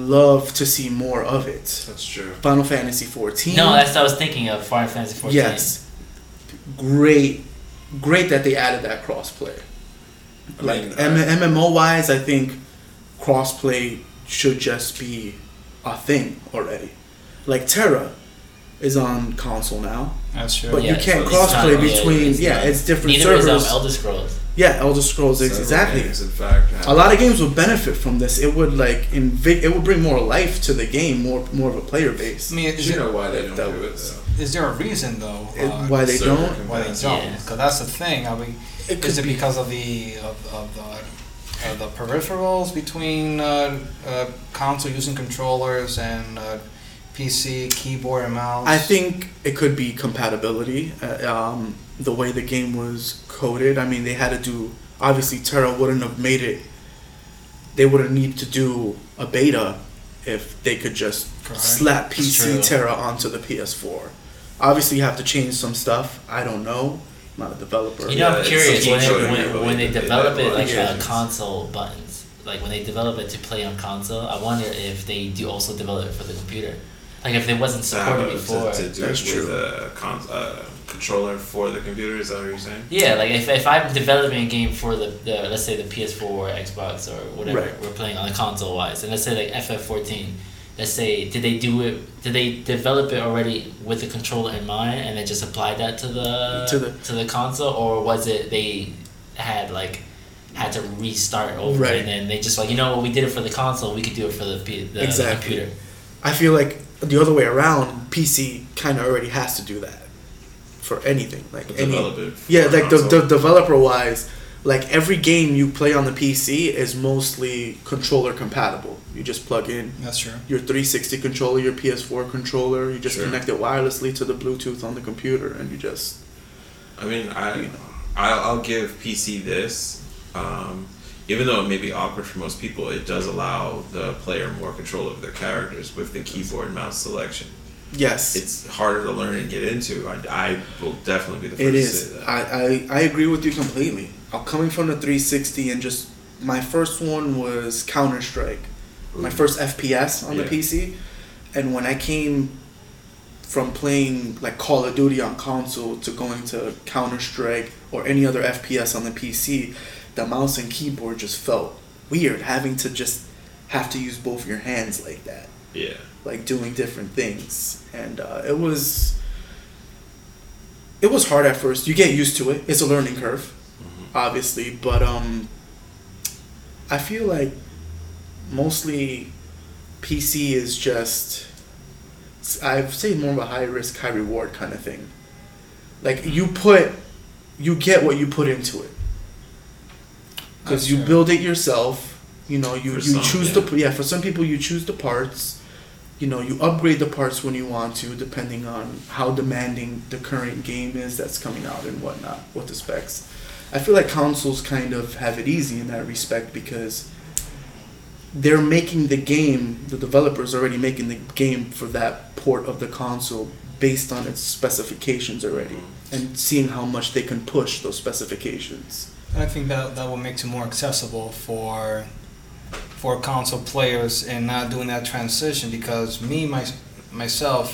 Speaker 3: love to see more of it.
Speaker 1: That's true.
Speaker 3: Final Fantasy 14.
Speaker 2: No, that's what I was thinking of. Final Fantasy 14.
Speaker 3: yes. Great great that they added that crossplay.
Speaker 1: I
Speaker 3: like
Speaker 1: mean,
Speaker 3: M-
Speaker 1: I-
Speaker 3: MMO wise, I think crossplay should just be a thing already. Like Terra, is on console now,
Speaker 4: That's true.
Speaker 3: but
Speaker 2: Yeah,
Speaker 3: you
Speaker 2: it's
Speaker 3: can't
Speaker 2: not-
Speaker 3: crossplay
Speaker 2: yeah,
Speaker 3: between.
Speaker 2: it's
Speaker 3: yeah,
Speaker 2: not.
Speaker 3: it's different
Speaker 2: Neither is um,
Speaker 3: servers.
Speaker 2: Elder Scrolls.
Speaker 3: yeah, Elder Scrolls ex-
Speaker 1: Several
Speaker 3: exactly.
Speaker 1: games, in fact, have-
Speaker 3: A lot of games would benefit from this. It would like invi- it would bring more life to the game, more more of a player
Speaker 4: I
Speaker 3: base.
Speaker 4: mean, is,
Speaker 1: You
Speaker 4: there,
Speaker 1: know why they don't
Speaker 3: That
Speaker 1: do it
Speaker 3: was-
Speaker 1: though.
Speaker 4: is there a reason though?
Speaker 3: It-
Speaker 4: uh,
Speaker 3: why they
Speaker 1: Server
Speaker 3: don't?
Speaker 4: why they
Speaker 1: compatibility.
Speaker 4: don't?
Speaker 2: Yes.
Speaker 4: Because that's the thing. Are we?
Speaker 3: It
Speaker 4: Is
Speaker 3: could
Speaker 4: it
Speaker 3: be
Speaker 4: because of the of, of the of the peripherals between uh, uh, console using controllers and uh, PC keyboard and mouse?
Speaker 3: I think it could be compatibility. Uh, um, the way the game was coded, I mean, they had to do. Obviously, Terra wouldn't have made it. They wouldn't need to do a beta if they could just
Speaker 4: Correct.
Speaker 3: slap
Speaker 2: That's true.
Speaker 3: PC Terra onto the PS4. Obviously, you have to change some stuff. I don't know. I'm not a developer.
Speaker 2: You know,
Speaker 1: Yeah,
Speaker 2: I'm
Speaker 1: it's
Speaker 2: curious
Speaker 1: something
Speaker 2: when,
Speaker 1: short
Speaker 2: it,
Speaker 1: and
Speaker 2: when,
Speaker 1: heavily
Speaker 2: when they
Speaker 1: that they
Speaker 2: develop
Speaker 1: have
Speaker 2: it
Speaker 1: a
Speaker 2: like
Speaker 1: lot
Speaker 2: uh,
Speaker 1: of
Speaker 2: console buttons, like when they develop it to play on console. I wonder if they do also develop it for the computer. Like if it wasn't
Speaker 1: Ah, To have a-
Speaker 2: supported before.
Speaker 1: To, to do
Speaker 3: That's
Speaker 1: it
Speaker 3: true.
Speaker 1: with a con- uh, controller for the computer, is that what you're saying?
Speaker 2: Yeah, like if, if I'm developing a game for the, the let's say the PS4 or Xbox or whatever
Speaker 3: Right.
Speaker 2: we're playing on the console wise, and let's say like FF14, let's say did they do it? Did they develop it already with the controller in mind and then just apply that to the
Speaker 3: To the-
Speaker 2: console, or was it they had like had to restart over
Speaker 3: Right.
Speaker 2: and then they just like you know what we did it for the console, we could do it for the, P- the
Speaker 3: Exactly.
Speaker 2: computer.
Speaker 3: I feel like the other way around, PC kind of already has to do that for anything. Like
Speaker 1: To
Speaker 3: any,
Speaker 1: develop it. for
Speaker 3: Yeah, like the,
Speaker 1: console.
Speaker 3: the developer wise, like every game you play on the PC is mostly controller compatible. You just plug in
Speaker 4: that's true.
Speaker 3: your 360 controller, your PS4 controller, you just
Speaker 1: Sure.
Speaker 3: connect it wirelessly to the Bluetooth on the computer, and you just.
Speaker 1: I mean, I, I'll, I'll give PC this. Um, even though it may be awkward for most people, it does allow the player more control of their characters with the keyboard and mouse selection.
Speaker 3: Yes,
Speaker 1: It's harder to learn and get into. I, I will definitely be the first
Speaker 3: it
Speaker 1: to
Speaker 3: is.
Speaker 1: say that.
Speaker 3: I, I, I agree with you completely. I'm coming from the 360 and just. My first one was Counter Strike. my first FPS on
Speaker 1: Yeah.
Speaker 3: the PC, and when I came from playing like Call of Duty on console to going to Counter Strike or any other FPS on the PC, the mouse and keyboard just felt weird having to just have to use both your hands like that,
Speaker 1: yeah.
Speaker 3: like doing different things, and uh, it was it was hard at first. You get used to it. It's a learning curve
Speaker 1: Mhm.
Speaker 4: Mm-hmm.
Speaker 3: obviously, but um, I feel like mostly PC is just I'd say more of a high risk, high reward kind of thing.
Speaker 4: Mm-hmm.
Speaker 3: Like you put, you get what you put into it because
Speaker 4: That's
Speaker 3: you
Speaker 4: true.
Speaker 3: build it yourself. You know, you,
Speaker 1: For
Speaker 3: you
Speaker 1: some,
Speaker 3: choose
Speaker 1: yeah.
Speaker 3: the yeah. For some people, you choose the parts. You know, you upgrade the parts when you want to, depending on how demanding the current game is that's coming out and whatnot, what the specs. I feel like consoles kind of have it easy in that respect because they're making the game. The developers already making the game for that port of the console based on its specifications already,
Speaker 1: Mm-hmm.
Speaker 3: and seeing how much they can push those specifications.
Speaker 4: I think that that will make it more accessible for for console players and not doing that transition because me my, myself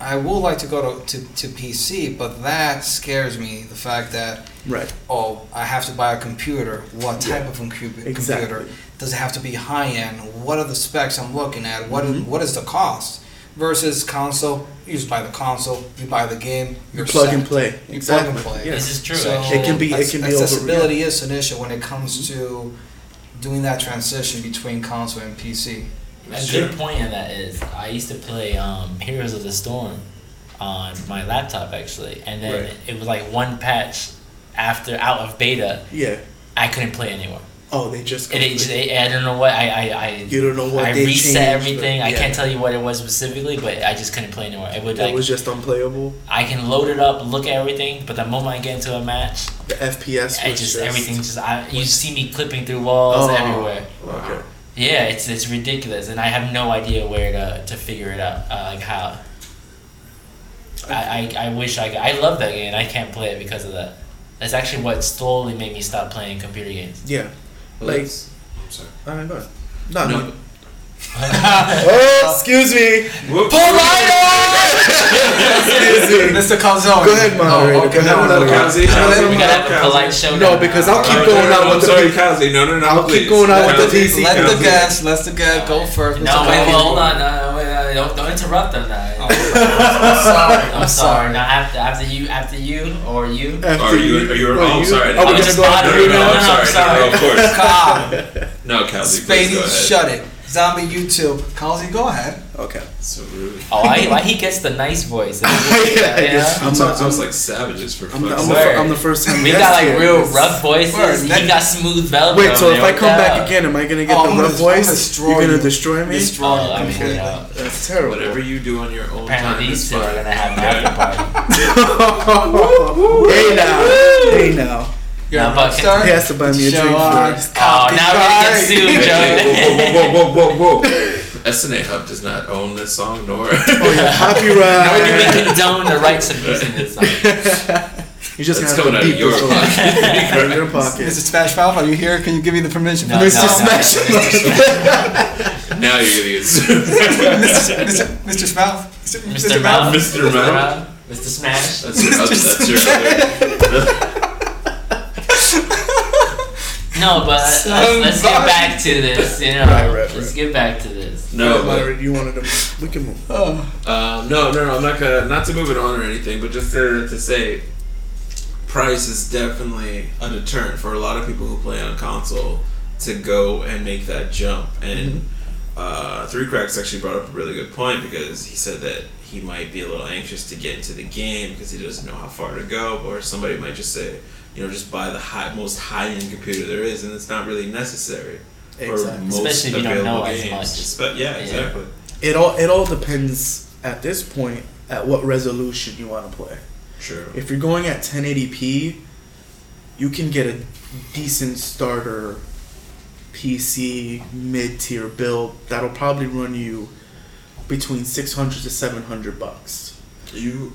Speaker 4: I would like to go to, to, to PC but that scares me the fact that
Speaker 3: Right.
Speaker 4: oh I have to buy a computer what type
Speaker 3: Yeah.
Speaker 4: of compu-
Speaker 3: Exactly.
Speaker 4: computer does it have to be high end what are the specs I'm looking at what is-
Speaker 3: Mhm.
Speaker 4: what is the cost versus console you just buy the console you buy the game
Speaker 3: You
Speaker 4: you're
Speaker 3: plug
Speaker 4: set.
Speaker 3: and play.
Speaker 4: You
Speaker 3: Exactly.
Speaker 4: plug and play.
Speaker 3: Yeah.
Speaker 2: This is true.
Speaker 4: So
Speaker 2: actually.
Speaker 3: It can be- it can be over-
Speaker 4: accessibility is an issue when it comes to doing that transition between console and PC.
Speaker 2: A
Speaker 1: Sure.
Speaker 2: good point in that is I used to play um, Heroes of the Storm on my laptop actually, and then
Speaker 3: Right.
Speaker 2: it was like one patch after out of beta,
Speaker 3: Yeah.
Speaker 2: I couldn't play anymore.
Speaker 3: Oh, they just.
Speaker 2: And it, just- it- I don't know what I I, I,
Speaker 3: you don't know what
Speaker 2: I
Speaker 3: they
Speaker 2: reset
Speaker 3: changed,
Speaker 2: everything.
Speaker 3: but-
Speaker 2: I
Speaker 3: yeah.
Speaker 2: can't tell you what it was specifically, but I just couldn't play anymore. It would
Speaker 3: That
Speaker 2: like
Speaker 3: was just unplayable.
Speaker 2: I can load it up, look at everything, but the moment I get into a match,
Speaker 3: The FPS.
Speaker 2: I
Speaker 3: was
Speaker 2: just everything just I, you see me clipping through walls
Speaker 3: Oh.
Speaker 2: everywhere.
Speaker 3: Okay.
Speaker 2: Yeah, it's it's ridiculous, and I have no idea where to, to figure it out, uh, like how. I, I, I wish I could. I love that game. and I can't play it because of that. That's actually what slowly made me stop playing computer games.
Speaker 3: Yeah.
Speaker 1: Well,
Speaker 3: Like-
Speaker 1: that's- I'm sorry.
Speaker 3: All right, go ahead. No,
Speaker 1: No, <laughs>
Speaker 3: no. Oh, excuse me.
Speaker 1: Whoop.
Speaker 3: <laughs> Excuse me.
Speaker 4: Mr. Calzone.
Speaker 3: Go ahead,
Speaker 4: Oh, no,
Speaker 3: moderator. Go ahead,
Speaker 4: no,
Speaker 1: Another
Speaker 3: moderator.
Speaker 1: conversation.
Speaker 3: No,
Speaker 2: So
Speaker 3: no,
Speaker 2: we
Speaker 3: no,
Speaker 2: gotta have a
Speaker 1: Kowski.
Speaker 2: polite show.
Speaker 3: No, because I'll keep
Speaker 1: I'm
Speaker 3: going
Speaker 1: sorry,
Speaker 3: out with the
Speaker 1: I'm sorry,
Speaker 3: people.
Speaker 1: Kowski. No, no, no.
Speaker 3: I'll keep
Speaker 1: please.
Speaker 3: going out
Speaker 1: No,
Speaker 3: with the
Speaker 1: please,
Speaker 3: people.
Speaker 4: Let the
Speaker 1: Kowski.
Speaker 4: guest, let the guest go first.
Speaker 2: No,
Speaker 4: Mr.
Speaker 2: wait,
Speaker 4: Calzone.
Speaker 2: well, hold on. Uh, wait, uh, don't don't interrupt them
Speaker 3: <laughs>
Speaker 2: now.
Speaker 4: Oh, I'm sorry.
Speaker 2: I'm sorry. Now after after you after you or you.
Speaker 1: Are you? Are you?
Speaker 3: Wait,
Speaker 1: Oh, I'm sorry.
Speaker 3: Are we
Speaker 2: I'm
Speaker 3: gonna
Speaker 2: just
Speaker 3: go
Speaker 1: No,
Speaker 2: bothering
Speaker 1: no, no,
Speaker 2: you.
Speaker 1: no,
Speaker 2: No, no,
Speaker 1: I'm
Speaker 2: I'm
Speaker 1: sorry. No, no, of
Speaker 2: sorry.
Speaker 1: course.
Speaker 4: Cobb,
Speaker 1: No, Kelsey, please go
Speaker 4: Spady,
Speaker 1: ahead.
Speaker 4: shut it. Zombie, you too. Kelsey, go ahead. Okay.
Speaker 1: So rude.
Speaker 2: Oh, why, why he gets the nice voice?
Speaker 3: Yeah, <laughs> I guess.
Speaker 1: You
Speaker 3: I'm
Speaker 1: talk
Speaker 3: a-
Speaker 1: to us
Speaker 3: I'm-
Speaker 1: like savages for
Speaker 3: I'm the,
Speaker 1: fuck's
Speaker 3: I'm,
Speaker 1: sake.
Speaker 3: the,
Speaker 2: Word.
Speaker 3: I'm the first time.
Speaker 2: We
Speaker 3: guest
Speaker 2: got like
Speaker 3: here.
Speaker 2: real rough voices.
Speaker 4: Word,
Speaker 2: He
Speaker 4: next-
Speaker 2: got smooth velvet.
Speaker 3: Wait, so
Speaker 2: on
Speaker 3: if
Speaker 2: there.
Speaker 3: I come back
Speaker 2: Yeah.
Speaker 3: again, am I gonna get
Speaker 4: Oh,
Speaker 3: the
Speaker 4: I'm
Speaker 3: rough
Speaker 4: gonna- I'm gonna
Speaker 3: voice?
Speaker 4: destroy
Speaker 3: You're gonna
Speaker 4: you.
Speaker 3: destroy me?
Speaker 4: Destroy
Speaker 2: Oh, I'm
Speaker 4: completely.
Speaker 2: pulling out.
Speaker 3: That's terrible. <laughs>
Speaker 1: Whatever you do on your own time
Speaker 2: Apparently
Speaker 1: is
Speaker 2: these two are
Speaker 1: fine.
Speaker 2: gonna have an after party.
Speaker 3: hey now, hey now.
Speaker 2: No, but can-
Speaker 4: Start
Speaker 3: He has to buy me a
Speaker 4: Show
Speaker 3: drink
Speaker 4: us.
Speaker 3: first.
Speaker 2: Oh, now we're gonna get sued,
Speaker 4: Copyright. <laughs>
Speaker 1: Hey,
Speaker 2: Joey.
Speaker 1: whoa, whoa, whoa, whoa, whoa, whoa. <laughs> SNA Hub does not own this song, nor. <laughs>
Speaker 3: Oh <laughs> yeah,
Speaker 2: Nor do we
Speaker 3: copyright.
Speaker 2: condone the rights of using this uh, song.
Speaker 3: <laughs> you just
Speaker 1: That's
Speaker 3: have to
Speaker 1: coming out
Speaker 3: beat
Speaker 1: of your
Speaker 3: this one. <laughs>
Speaker 1: pocket. <laughs>
Speaker 3: Out of your
Speaker 4: Mr.
Speaker 3: <laughs> pocket.
Speaker 4: Smash Mouth, are you here? Can you give me the permission?
Speaker 2: No,
Speaker 4: Mr.
Speaker 3: Mr. Smash. <laughs>
Speaker 1: now you're gonna get sued. <laughs>
Speaker 4: Mr. Mr. Mr. Mouth.
Speaker 2: Mr. Mouth.
Speaker 1: Mr. Mouth.
Speaker 2: Mouth. Mr. Smash.
Speaker 1: That's your, other- that's
Speaker 3: <laughs>
Speaker 1: your other.
Speaker 2: No, but let's, let's get
Speaker 4: Somebody.
Speaker 2: back to this. You know,
Speaker 3: Right, right,
Speaker 2: let's
Speaker 3: right.
Speaker 2: get back to this.
Speaker 1: No, but,
Speaker 3: Moderate, you wanted to. We can move.
Speaker 4: Oh,
Speaker 1: um, no, no, no. I'm not gonna not to move it on or anything, but just to, to say, price is definitely a deterrent for a lot of people who play on console to go and make that jump. And
Speaker 3: Mm-hmm.
Speaker 1: uh, Three Cracks actually brought up a really good point because he said that he might be a little anxious to get into the game because he doesn't know how far to go, or somebody might just say, you know, just buy the high, most high end computer there is, and it's not really necessary. for
Speaker 3: Exactly.
Speaker 1: most
Speaker 2: Especially if you don't
Speaker 1: available
Speaker 2: know as much.
Speaker 1: Espe- yeah,
Speaker 2: Yeah.
Speaker 1: exactly.
Speaker 3: It all it all depends at this point at what resolution you want to play.
Speaker 1: Sure.
Speaker 3: If you're going at 1080p, you can get a decent starter PC mid-tier build that'll probably run you between 600 to 700 bucks.
Speaker 1: You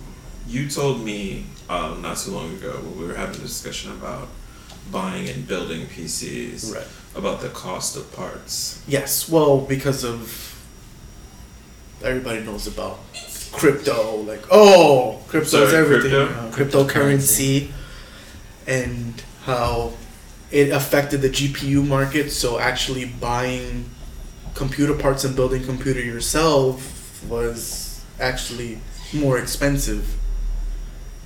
Speaker 1: you told me um, not too long ago when we were having a discussion about buying and building PCs
Speaker 3: Right.
Speaker 1: about the cost of parts.
Speaker 3: Yes, well, because of everybody knows about crypto, like oh, crypto is
Speaker 1: Sorry,
Speaker 3: everything,
Speaker 1: crypto?
Speaker 3: uh, cryptocurrency, and how it affected the GPU market. So actually buying computer parts and building computer yourself was actually more expensive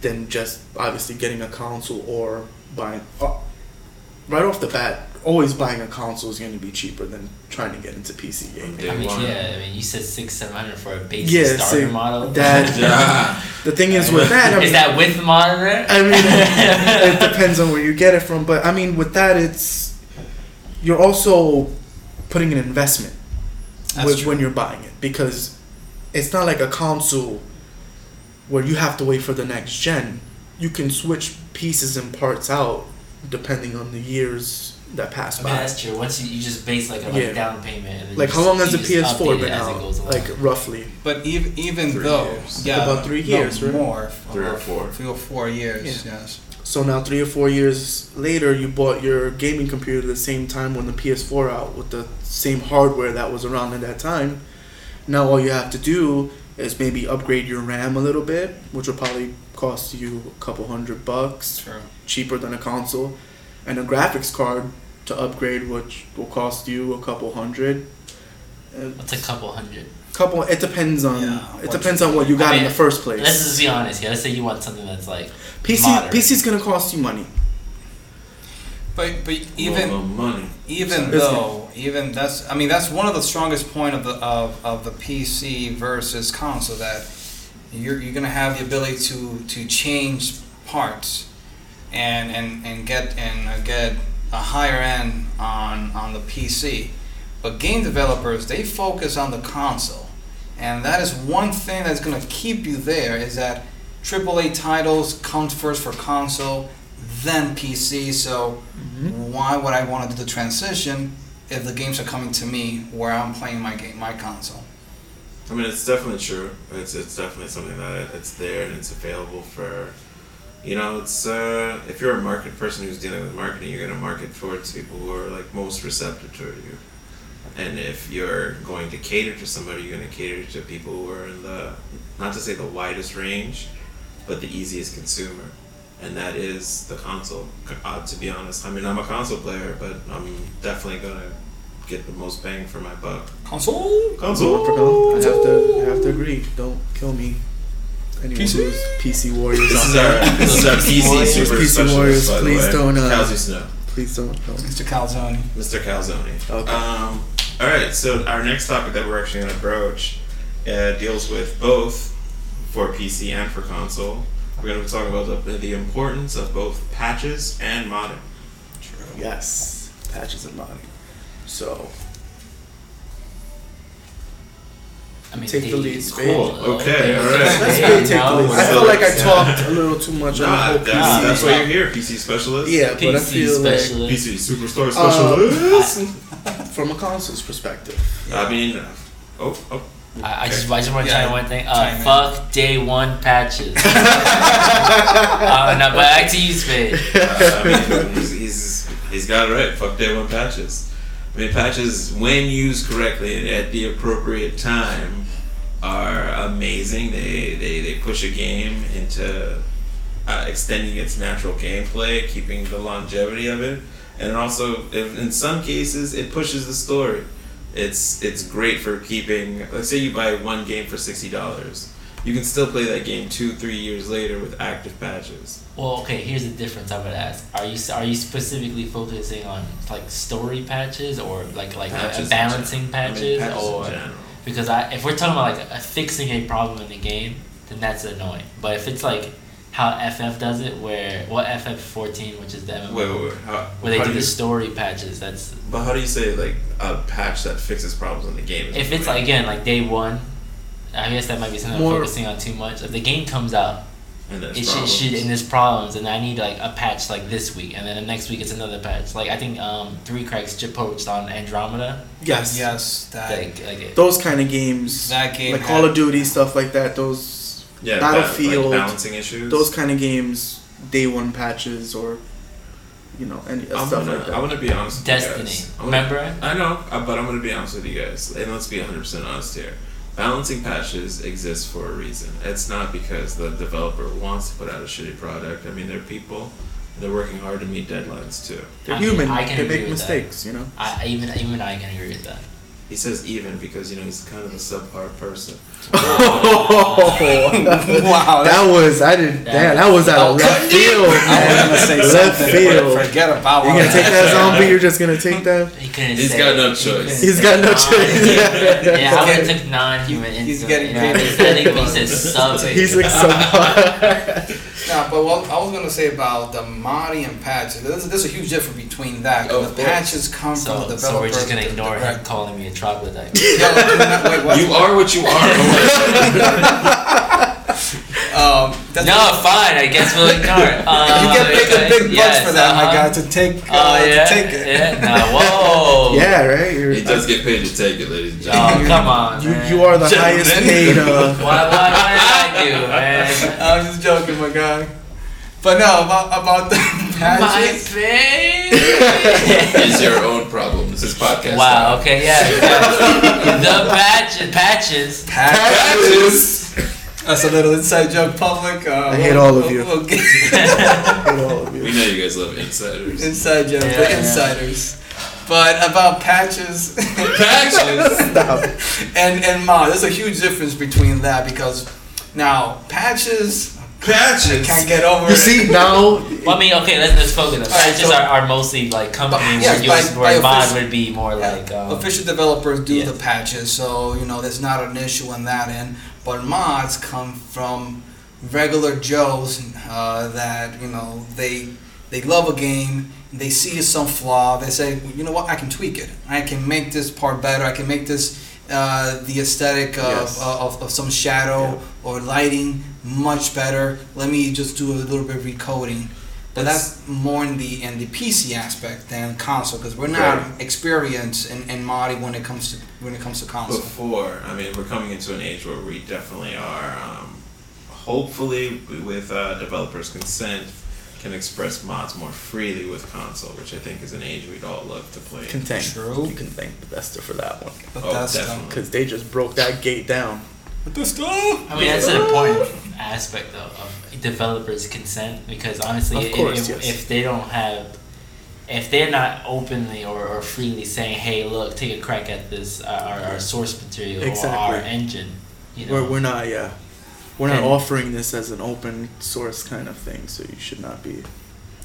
Speaker 3: than just obviously getting a console or buying. Uh, right off the bat, always buying a console is going to be cheaper than trying to get into PC gaming.
Speaker 1: Day
Speaker 2: I mean,
Speaker 1: one.
Speaker 2: yeah, I mean, you said six, seven hundred for a basic
Speaker 3: Yeah,
Speaker 2: starter
Speaker 3: so
Speaker 2: model. <laughs>
Speaker 1: <laughs>
Speaker 3: that-
Speaker 1: Yeah.
Speaker 3: The thing is with that, I mean,
Speaker 2: is that with the monitor?
Speaker 3: I mean,
Speaker 2: <laughs>
Speaker 3: it depends on where you get it from. But I mean, with that, it's you're also putting an investment
Speaker 4: That's
Speaker 3: with,
Speaker 4: true.
Speaker 3: when you're buying it because it's not like a console where you have to wait for the next gen. You can switch pieces and parts out depending on the years that pass
Speaker 2: I
Speaker 3: by.
Speaker 2: mean, that's true. Once you, you just base like a like
Speaker 3: Yeah.
Speaker 2: down payment. And then
Speaker 3: like
Speaker 2: you
Speaker 3: how
Speaker 2: just-
Speaker 3: long has the
Speaker 2: you just update
Speaker 3: PS4
Speaker 2: it
Speaker 3: been
Speaker 2: as it goes
Speaker 3: out?
Speaker 2: along.
Speaker 3: Like roughly.
Speaker 4: But even, even
Speaker 1: Three
Speaker 4: though,
Speaker 1: years.
Speaker 4: yeah,
Speaker 3: About three
Speaker 4: no,
Speaker 3: years, right?
Speaker 4: more, Uh,
Speaker 1: Three or four.
Speaker 4: three or four years.
Speaker 3: Yeah.
Speaker 4: Yes.
Speaker 3: So now three or four years later, you bought your gaming computer at the same time when the PS4 out with the same hardware that was around at that time. Now all you have to do is maybe upgrade your RAM a little bit, which will probably cost you a couple hundred bucks,
Speaker 4: True.
Speaker 3: cheaper than a console, and a graphics card to upgrade, which will cost you a couple hundred. A
Speaker 2: What's a couple hundred?
Speaker 3: couple. It depends on.
Speaker 4: Yeah,
Speaker 3: it depends on what you got
Speaker 2: I
Speaker 3: in
Speaker 2: mean,
Speaker 3: the first place.
Speaker 2: Let's just be honest here. Let's say you want something that's like
Speaker 3: PC
Speaker 2: moderate.
Speaker 3: PC's gonna cost you money.
Speaker 4: But but
Speaker 1: Even
Speaker 4: even
Speaker 1: money.
Speaker 4: even
Speaker 3: Business.
Speaker 4: though even that's I mean that's one of the strongest point of the of, of the PC versus console that you're you're gonna have the ability to to change parts and and and get and uh, get a higher end on on the PC, but game developers they focus on the console, and that is one thing that's gonna keep you there is that AAA titles comes first for console, then PC. So Mm-hmm. why would I want to do the transition if the games are coming to me where I'm playing my game, my console?
Speaker 1: I mean, it's definitely true. It's it's definitely something that it- it's there and it's available for. You know, it's uh, if you're a market person who's dealing with marketing, you're gonna market towards people who are like most receptive to you. And if you're going to cater to somebody, you're gonna cater to people who are in the not to say the widest range, but the easiest consumer, and that is the console. Uh, to be honest, I mean, I'm a console player, but I'm definitely gonna get the most bang for my buck.
Speaker 4: Console.
Speaker 1: Console.
Speaker 3: I have to, I have to agree. Don't kill me. Anyone
Speaker 4: PC?
Speaker 3: who's PC warriors
Speaker 1: This
Speaker 3: out
Speaker 1: is our, <laughs>
Speaker 3: there,
Speaker 1: this is our PC
Speaker 2: Warriors.
Speaker 1: super
Speaker 3: PC
Speaker 1: specialist,
Speaker 3: Warriors,
Speaker 1: by the
Speaker 3: please
Speaker 1: way.
Speaker 3: don't, uh,
Speaker 1: Kelsey Snow.
Speaker 3: please don't. do
Speaker 4: Mr. Calzone.
Speaker 1: Mr. Calzone.
Speaker 3: Okay.
Speaker 1: Um, all right, so our next topic that we're actually going to broach uh, deals with both for PC and for console. We're going to be talking about the, the importance of both patches and modding. True.
Speaker 3: Yes, patches and modding. So
Speaker 2: I mean,
Speaker 3: Take the
Speaker 2: they-
Speaker 3: lead,
Speaker 2: it's
Speaker 3: Spade.
Speaker 2: cool.
Speaker 1: Okay, all right.
Speaker 2: It's
Speaker 3: that's
Speaker 1: Let's
Speaker 2: okay,
Speaker 3: good. Take
Speaker 2: you know,
Speaker 3: the lead. I
Speaker 2: we're-
Speaker 3: feel like I
Speaker 1: Yeah.
Speaker 3: talked a little too much on
Speaker 1: Nah,
Speaker 3: the whole
Speaker 1: that,
Speaker 3: PC.
Speaker 1: that's
Speaker 2: PC.
Speaker 1: why you're here, PC specialist.
Speaker 3: yeah, but I
Speaker 2: PC
Speaker 3: feel like
Speaker 2: specialist.
Speaker 1: PC superstar
Speaker 3: Uh,
Speaker 1: specialist.
Speaker 3: from a console's perspective,
Speaker 1: I mean, uh, oh, oh.
Speaker 2: I, I just, I just want to
Speaker 4: Yeah.
Speaker 2: chime in one thing.
Speaker 4: Chime
Speaker 2: Uh,
Speaker 4: in.
Speaker 2: fuck day one patches. <laughs> uh,
Speaker 3: <laughs>
Speaker 2: no, but back to you, Spade.
Speaker 1: Uh, I mean, he's, he's, he's got it right. Fuck day one patches. I mean, patches, when used correctly and at the appropriate time, are amazing. They, they, they push a game into uh, extending its natural gameplay, keeping the longevity of it, and it also, if, in some cases, it pushes the story. It's it's great for keeping. Let's say you buy one game for sixty dollars, you can still play that game two, three years later with active patches.
Speaker 2: Well, okay. Here's the difference. I would ask: Are you are you specifically focusing on like story patches or like like a- a
Speaker 1: Patches in
Speaker 2: balancing
Speaker 1: I mean,
Speaker 2: patches,
Speaker 1: patches in
Speaker 2: or
Speaker 1: general.
Speaker 2: because I if we're talking about like a, fixing a problem in the game, then that's annoying. But if it's like how FF does it, where well FF fourteen, which is the MMO,
Speaker 1: Wait, wait, wait. How,
Speaker 2: um, where they
Speaker 1: how
Speaker 2: do
Speaker 1: you,
Speaker 2: the story patches, that's
Speaker 1: But how do you say like a patch that fixes problems in the game? is
Speaker 2: if it's like
Speaker 1: annoying?
Speaker 2: again like day one. I guess that might be something
Speaker 3: More-
Speaker 2: I'm focusing on too much. If the game comes out,
Speaker 1: and there's
Speaker 2: it should, it
Speaker 1: problems.
Speaker 2: should and there's problems, and I need like a patch like this week, and then the next week it's another patch. Like I think um, Three Cracks just poached on Andromeda.
Speaker 3: yes,
Speaker 4: Yes, that
Speaker 2: Like, like it,
Speaker 3: those kind of games,
Speaker 4: that game.
Speaker 3: like
Speaker 4: had-
Speaker 3: Call of Duty stuff like that. Those
Speaker 1: yeah,
Speaker 3: Battlefield,
Speaker 1: like balancing issues.
Speaker 3: those kind of games, day one patches or you know any
Speaker 1: I'm
Speaker 3: stuff
Speaker 1: gonna,
Speaker 3: like
Speaker 1: I'm
Speaker 3: that.
Speaker 1: gonna be honest. With
Speaker 2: Destiny.
Speaker 1: You guys. I'm gonna-
Speaker 2: Remember?
Speaker 1: I know, uh, but I'm gonna be honest with you guys, and let's be 100 percent honest here. Balancing patches exist for a reason. It's not because the developer wants to put out a shitty product. I mean, they're people. They're working hard to meet deadlines too.
Speaker 3: They're
Speaker 2: I mean,
Speaker 3: human.
Speaker 2: I can
Speaker 3: They
Speaker 2: agree
Speaker 3: make
Speaker 2: with that.
Speaker 3: mistakes. You know.
Speaker 2: I I- even even I can agree with that.
Speaker 1: He says even because you know he's kind of a subpar <laughs> person.
Speaker 3: <laughs>
Speaker 4: wow, that,
Speaker 3: That was I didn't. Damn, that was out of left field,
Speaker 4: I was gonna
Speaker 3: man.
Speaker 4: say
Speaker 3: Left
Speaker 4: something.
Speaker 3: field.
Speaker 4: but Forget about
Speaker 3: You're
Speaker 4: what
Speaker 3: gonna
Speaker 4: I <laughs>
Speaker 3: take
Speaker 4: said.
Speaker 3: that zombie. You're just gonna take that.
Speaker 2: He couldn't.
Speaker 1: He's
Speaker 2: say,
Speaker 1: got no
Speaker 2: he couldn't
Speaker 1: choice.
Speaker 2: say
Speaker 3: He's got no choice.
Speaker 2: non-human. <laughs> yeah, I would
Speaker 4: He's
Speaker 2: have took non-human.
Speaker 4: he's
Speaker 2: insult,
Speaker 4: getting
Speaker 2: you know,
Speaker 4: paid.
Speaker 2: instead he- he said sub.
Speaker 3: He's like some.
Speaker 4: Nah, but what I was gonna say about the modding and patches, there's, there's a huge difference between that. 'cause
Speaker 1: Of
Speaker 4: the
Speaker 1: course.
Speaker 4: patches come from
Speaker 2: Oh, So,
Speaker 4: the developer.
Speaker 2: so we're just gonna
Speaker 4: the-
Speaker 2: ignore
Speaker 4: <laughs> the-
Speaker 2: him calling me a troglodyte.
Speaker 4: No, do not- wait, what?
Speaker 1: You are what you are.
Speaker 4: Um, <laughs> that's <laughs>
Speaker 2: no, fine. I guess we'll ignore it. Uh,
Speaker 4: you get paid the
Speaker 2: okay,
Speaker 4: big bucks
Speaker 2: yes,
Speaker 4: for that, my
Speaker 2: uh-huh.
Speaker 4: guy, to take uh,
Speaker 2: Oh yeah,
Speaker 4: to take it.
Speaker 2: yeah. No, whoa.
Speaker 3: yeah, right. You're,
Speaker 1: he does get paid to take it, ladies and gentlemen.
Speaker 2: Oh come on.
Speaker 3: you
Speaker 2: man.
Speaker 3: you are the highest paid. Uh,
Speaker 2: Why, why, why did I do, man?
Speaker 4: I was just joking, my guy. But no, about about the
Speaker 2: My
Speaker 4: patches. <laughs>
Speaker 2: face.
Speaker 1: It's your own problem. This is podcast.
Speaker 2: wow. Okay. Yeah. yeah. the patches. Patches.
Speaker 4: patches.
Speaker 1: Patches.
Speaker 4: <laughs> That's a little inside joke, public. Uh,
Speaker 3: I hate all of you.
Speaker 4: We'll get <laughs>
Speaker 3: you know,
Speaker 1: We know you guys love insiders.
Speaker 4: inside jokes,
Speaker 2: Yeah,
Speaker 4: but
Speaker 2: yeah.
Speaker 4: insiders. But
Speaker 2: <laughs>
Speaker 4: about patches. <laughs>
Speaker 1: Patches.
Speaker 3: stop. it.
Speaker 4: and and mod. There's a huge difference between that because now patches I
Speaker 1: Patches.
Speaker 4: can't get over.
Speaker 3: <laughs> You
Speaker 4: it.
Speaker 3: see now.
Speaker 2: Well, I mean, okay. Let's let's focus. on Patches
Speaker 4: so-
Speaker 2: are, are mostly like company
Speaker 4: Yeah,
Speaker 2: where, you,
Speaker 4: by- by
Speaker 2: where mod
Speaker 4: official-
Speaker 2: would be more like um,
Speaker 4: official developers do
Speaker 2: yes.
Speaker 4: the patches, so you know there's not an issue on that end. But mods come from regular Joes uh, that you know they they love a game, they see some flaw, they say, you know what, I can tweak it, I can make this part better, I can make this uh, the aesthetic of,
Speaker 3: Yes.
Speaker 4: of, of some shadow or lighting much better. Let me just do a little bit of recoding. But that's, more in the in the PC aspect than console because we're not
Speaker 1: Right.
Speaker 4: experienced in, in modding when it comes to when it comes to console.
Speaker 1: Before, I mean, we're coming into an age where we definitely are, um, hopefully, with uh, developers' consent, can express mods more freely with console, which I think is an age we'd all love to play. in.
Speaker 3: Thank
Speaker 4: True.
Speaker 3: You can thank Bethesda for that one
Speaker 4: But
Speaker 1: Oh,
Speaker 4: that's
Speaker 1: definitely.
Speaker 3: because they just broke that gate down.
Speaker 4: But that's stuff.
Speaker 2: I mean, that's an important aspect though of developers' consent because honestly,
Speaker 3: Of
Speaker 2: if-
Speaker 3: course,
Speaker 2: if,
Speaker 3: yes.
Speaker 2: if they don't have if they're not openly or, or freely saying, "Hey, look, take a crack at this uh, our, our source material or our
Speaker 3: Exactly.
Speaker 2: engine," you know,
Speaker 3: We're, we're not, yeah. We're not
Speaker 2: And-
Speaker 3: offering this as an open source kind of thing, so you should not be.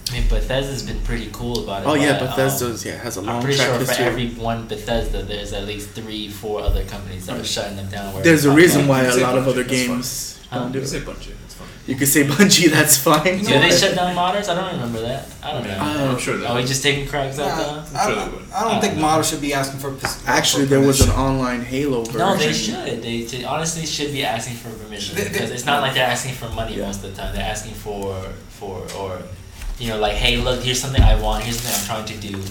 Speaker 2: I mean, Bethesda's been pretty cool about it.
Speaker 3: Oh yeah,
Speaker 2: but, um,
Speaker 3: Bethesda's yeah has a long
Speaker 2: I'm pretty
Speaker 3: track
Speaker 2: sure for
Speaker 3: history.
Speaker 2: every one Bethesda, there's at least three, four other companies that are shutting them down. where
Speaker 3: There's a
Speaker 2: it's
Speaker 3: reason
Speaker 2: not-
Speaker 3: why
Speaker 1: You
Speaker 3: a
Speaker 1: say
Speaker 3: lot of
Speaker 1: Bungie,
Speaker 3: other
Speaker 1: that's fine.
Speaker 3: games
Speaker 2: Huh?
Speaker 3: don't do
Speaker 1: You
Speaker 3: it.
Speaker 1: say Bungie, it's fine.
Speaker 3: You could say Bungie, <laughs> that's fine.
Speaker 2: Do they shut down modders? I don't remember that. I don't know.
Speaker 3: Uh,
Speaker 1: I'm sure that.
Speaker 2: Are we Oh, just taking cracks at
Speaker 4: Nah,
Speaker 2: them?
Speaker 1: sure
Speaker 4: I
Speaker 1: they would.
Speaker 4: don't, I don't think models should be asking for. pers-
Speaker 3: Actually,
Speaker 4: for
Speaker 3: there was an
Speaker 4: permission.
Speaker 3: online Halo version.
Speaker 2: Oh, No, they should. They should, honestly should be asking for permission
Speaker 4: They- they-
Speaker 2: because it's not like they're asking for money
Speaker 3: Yeah.
Speaker 2: most of the time. They're asking for for or you know like hey look here's something I want here's something I'm trying to do.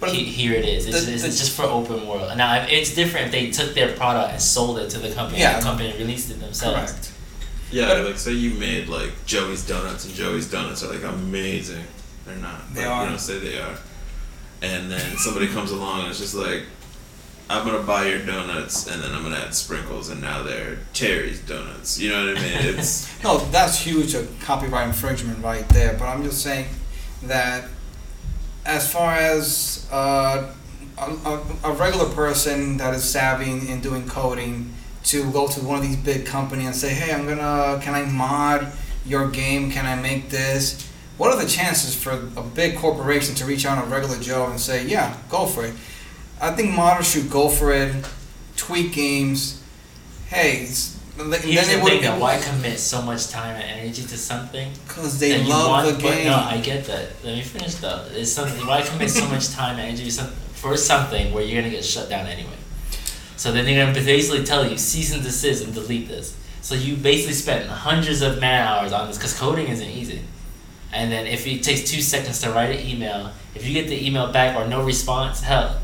Speaker 4: But
Speaker 2: He- here it is. It's,
Speaker 4: the-
Speaker 2: it's,
Speaker 4: the-
Speaker 2: it's just for open world. Now if- it's different if they took their product and sold it to the company.
Speaker 4: Yeah.
Speaker 2: and the company released it themselves.
Speaker 4: correct.
Speaker 1: Yeah, like say you made like Joey's donuts, and Joey's donuts are like amazing. They're not.
Speaker 4: They
Speaker 1: like,
Speaker 4: are.
Speaker 1: You don't say they are. And then somebody comes along and it's just like, I'm gonna buy your donuts, and then I'm gonna add sprinkles, and now they're Terry's donuts. You know what I mean? It's
Speaker 4: No, that's huge a copyright infringement right there. But I'm just saying that as far as uh, a, a, a regular person that is savvy in- in doing coding to go to one of these big companies and say, hey, I'm gonna, can I mod your game? Can I make this? What are the chances for a big corporation to reach out to a regular Joe and say, yeah, go for it? I think modders should go for it, tweak games. Hey, it's, then
Speaker 2: Here's
Speaker 4: it
Speaker 2: the
Speaker 4: would
Speaker 2: thing though, why commit so much time and energy to something
Speaker 4: Because they
Speaker 2: that you
Speaker 4: love
Speaker 2: want,
Speaker 4: the
Speaker 2: but
Speaker 4: game.
Speaker 2: No, I get that. Let me finish though. It's something. Why commit so much time and energy to some- for something where you're gonna get shut down anyway? So then they're gonna basically tell you cease and desist and delete this. So you basically spent hundreds of man hours on this because coding isn't easy. And then if it takes two seconds to write an email, if you get the email back or no response, hell,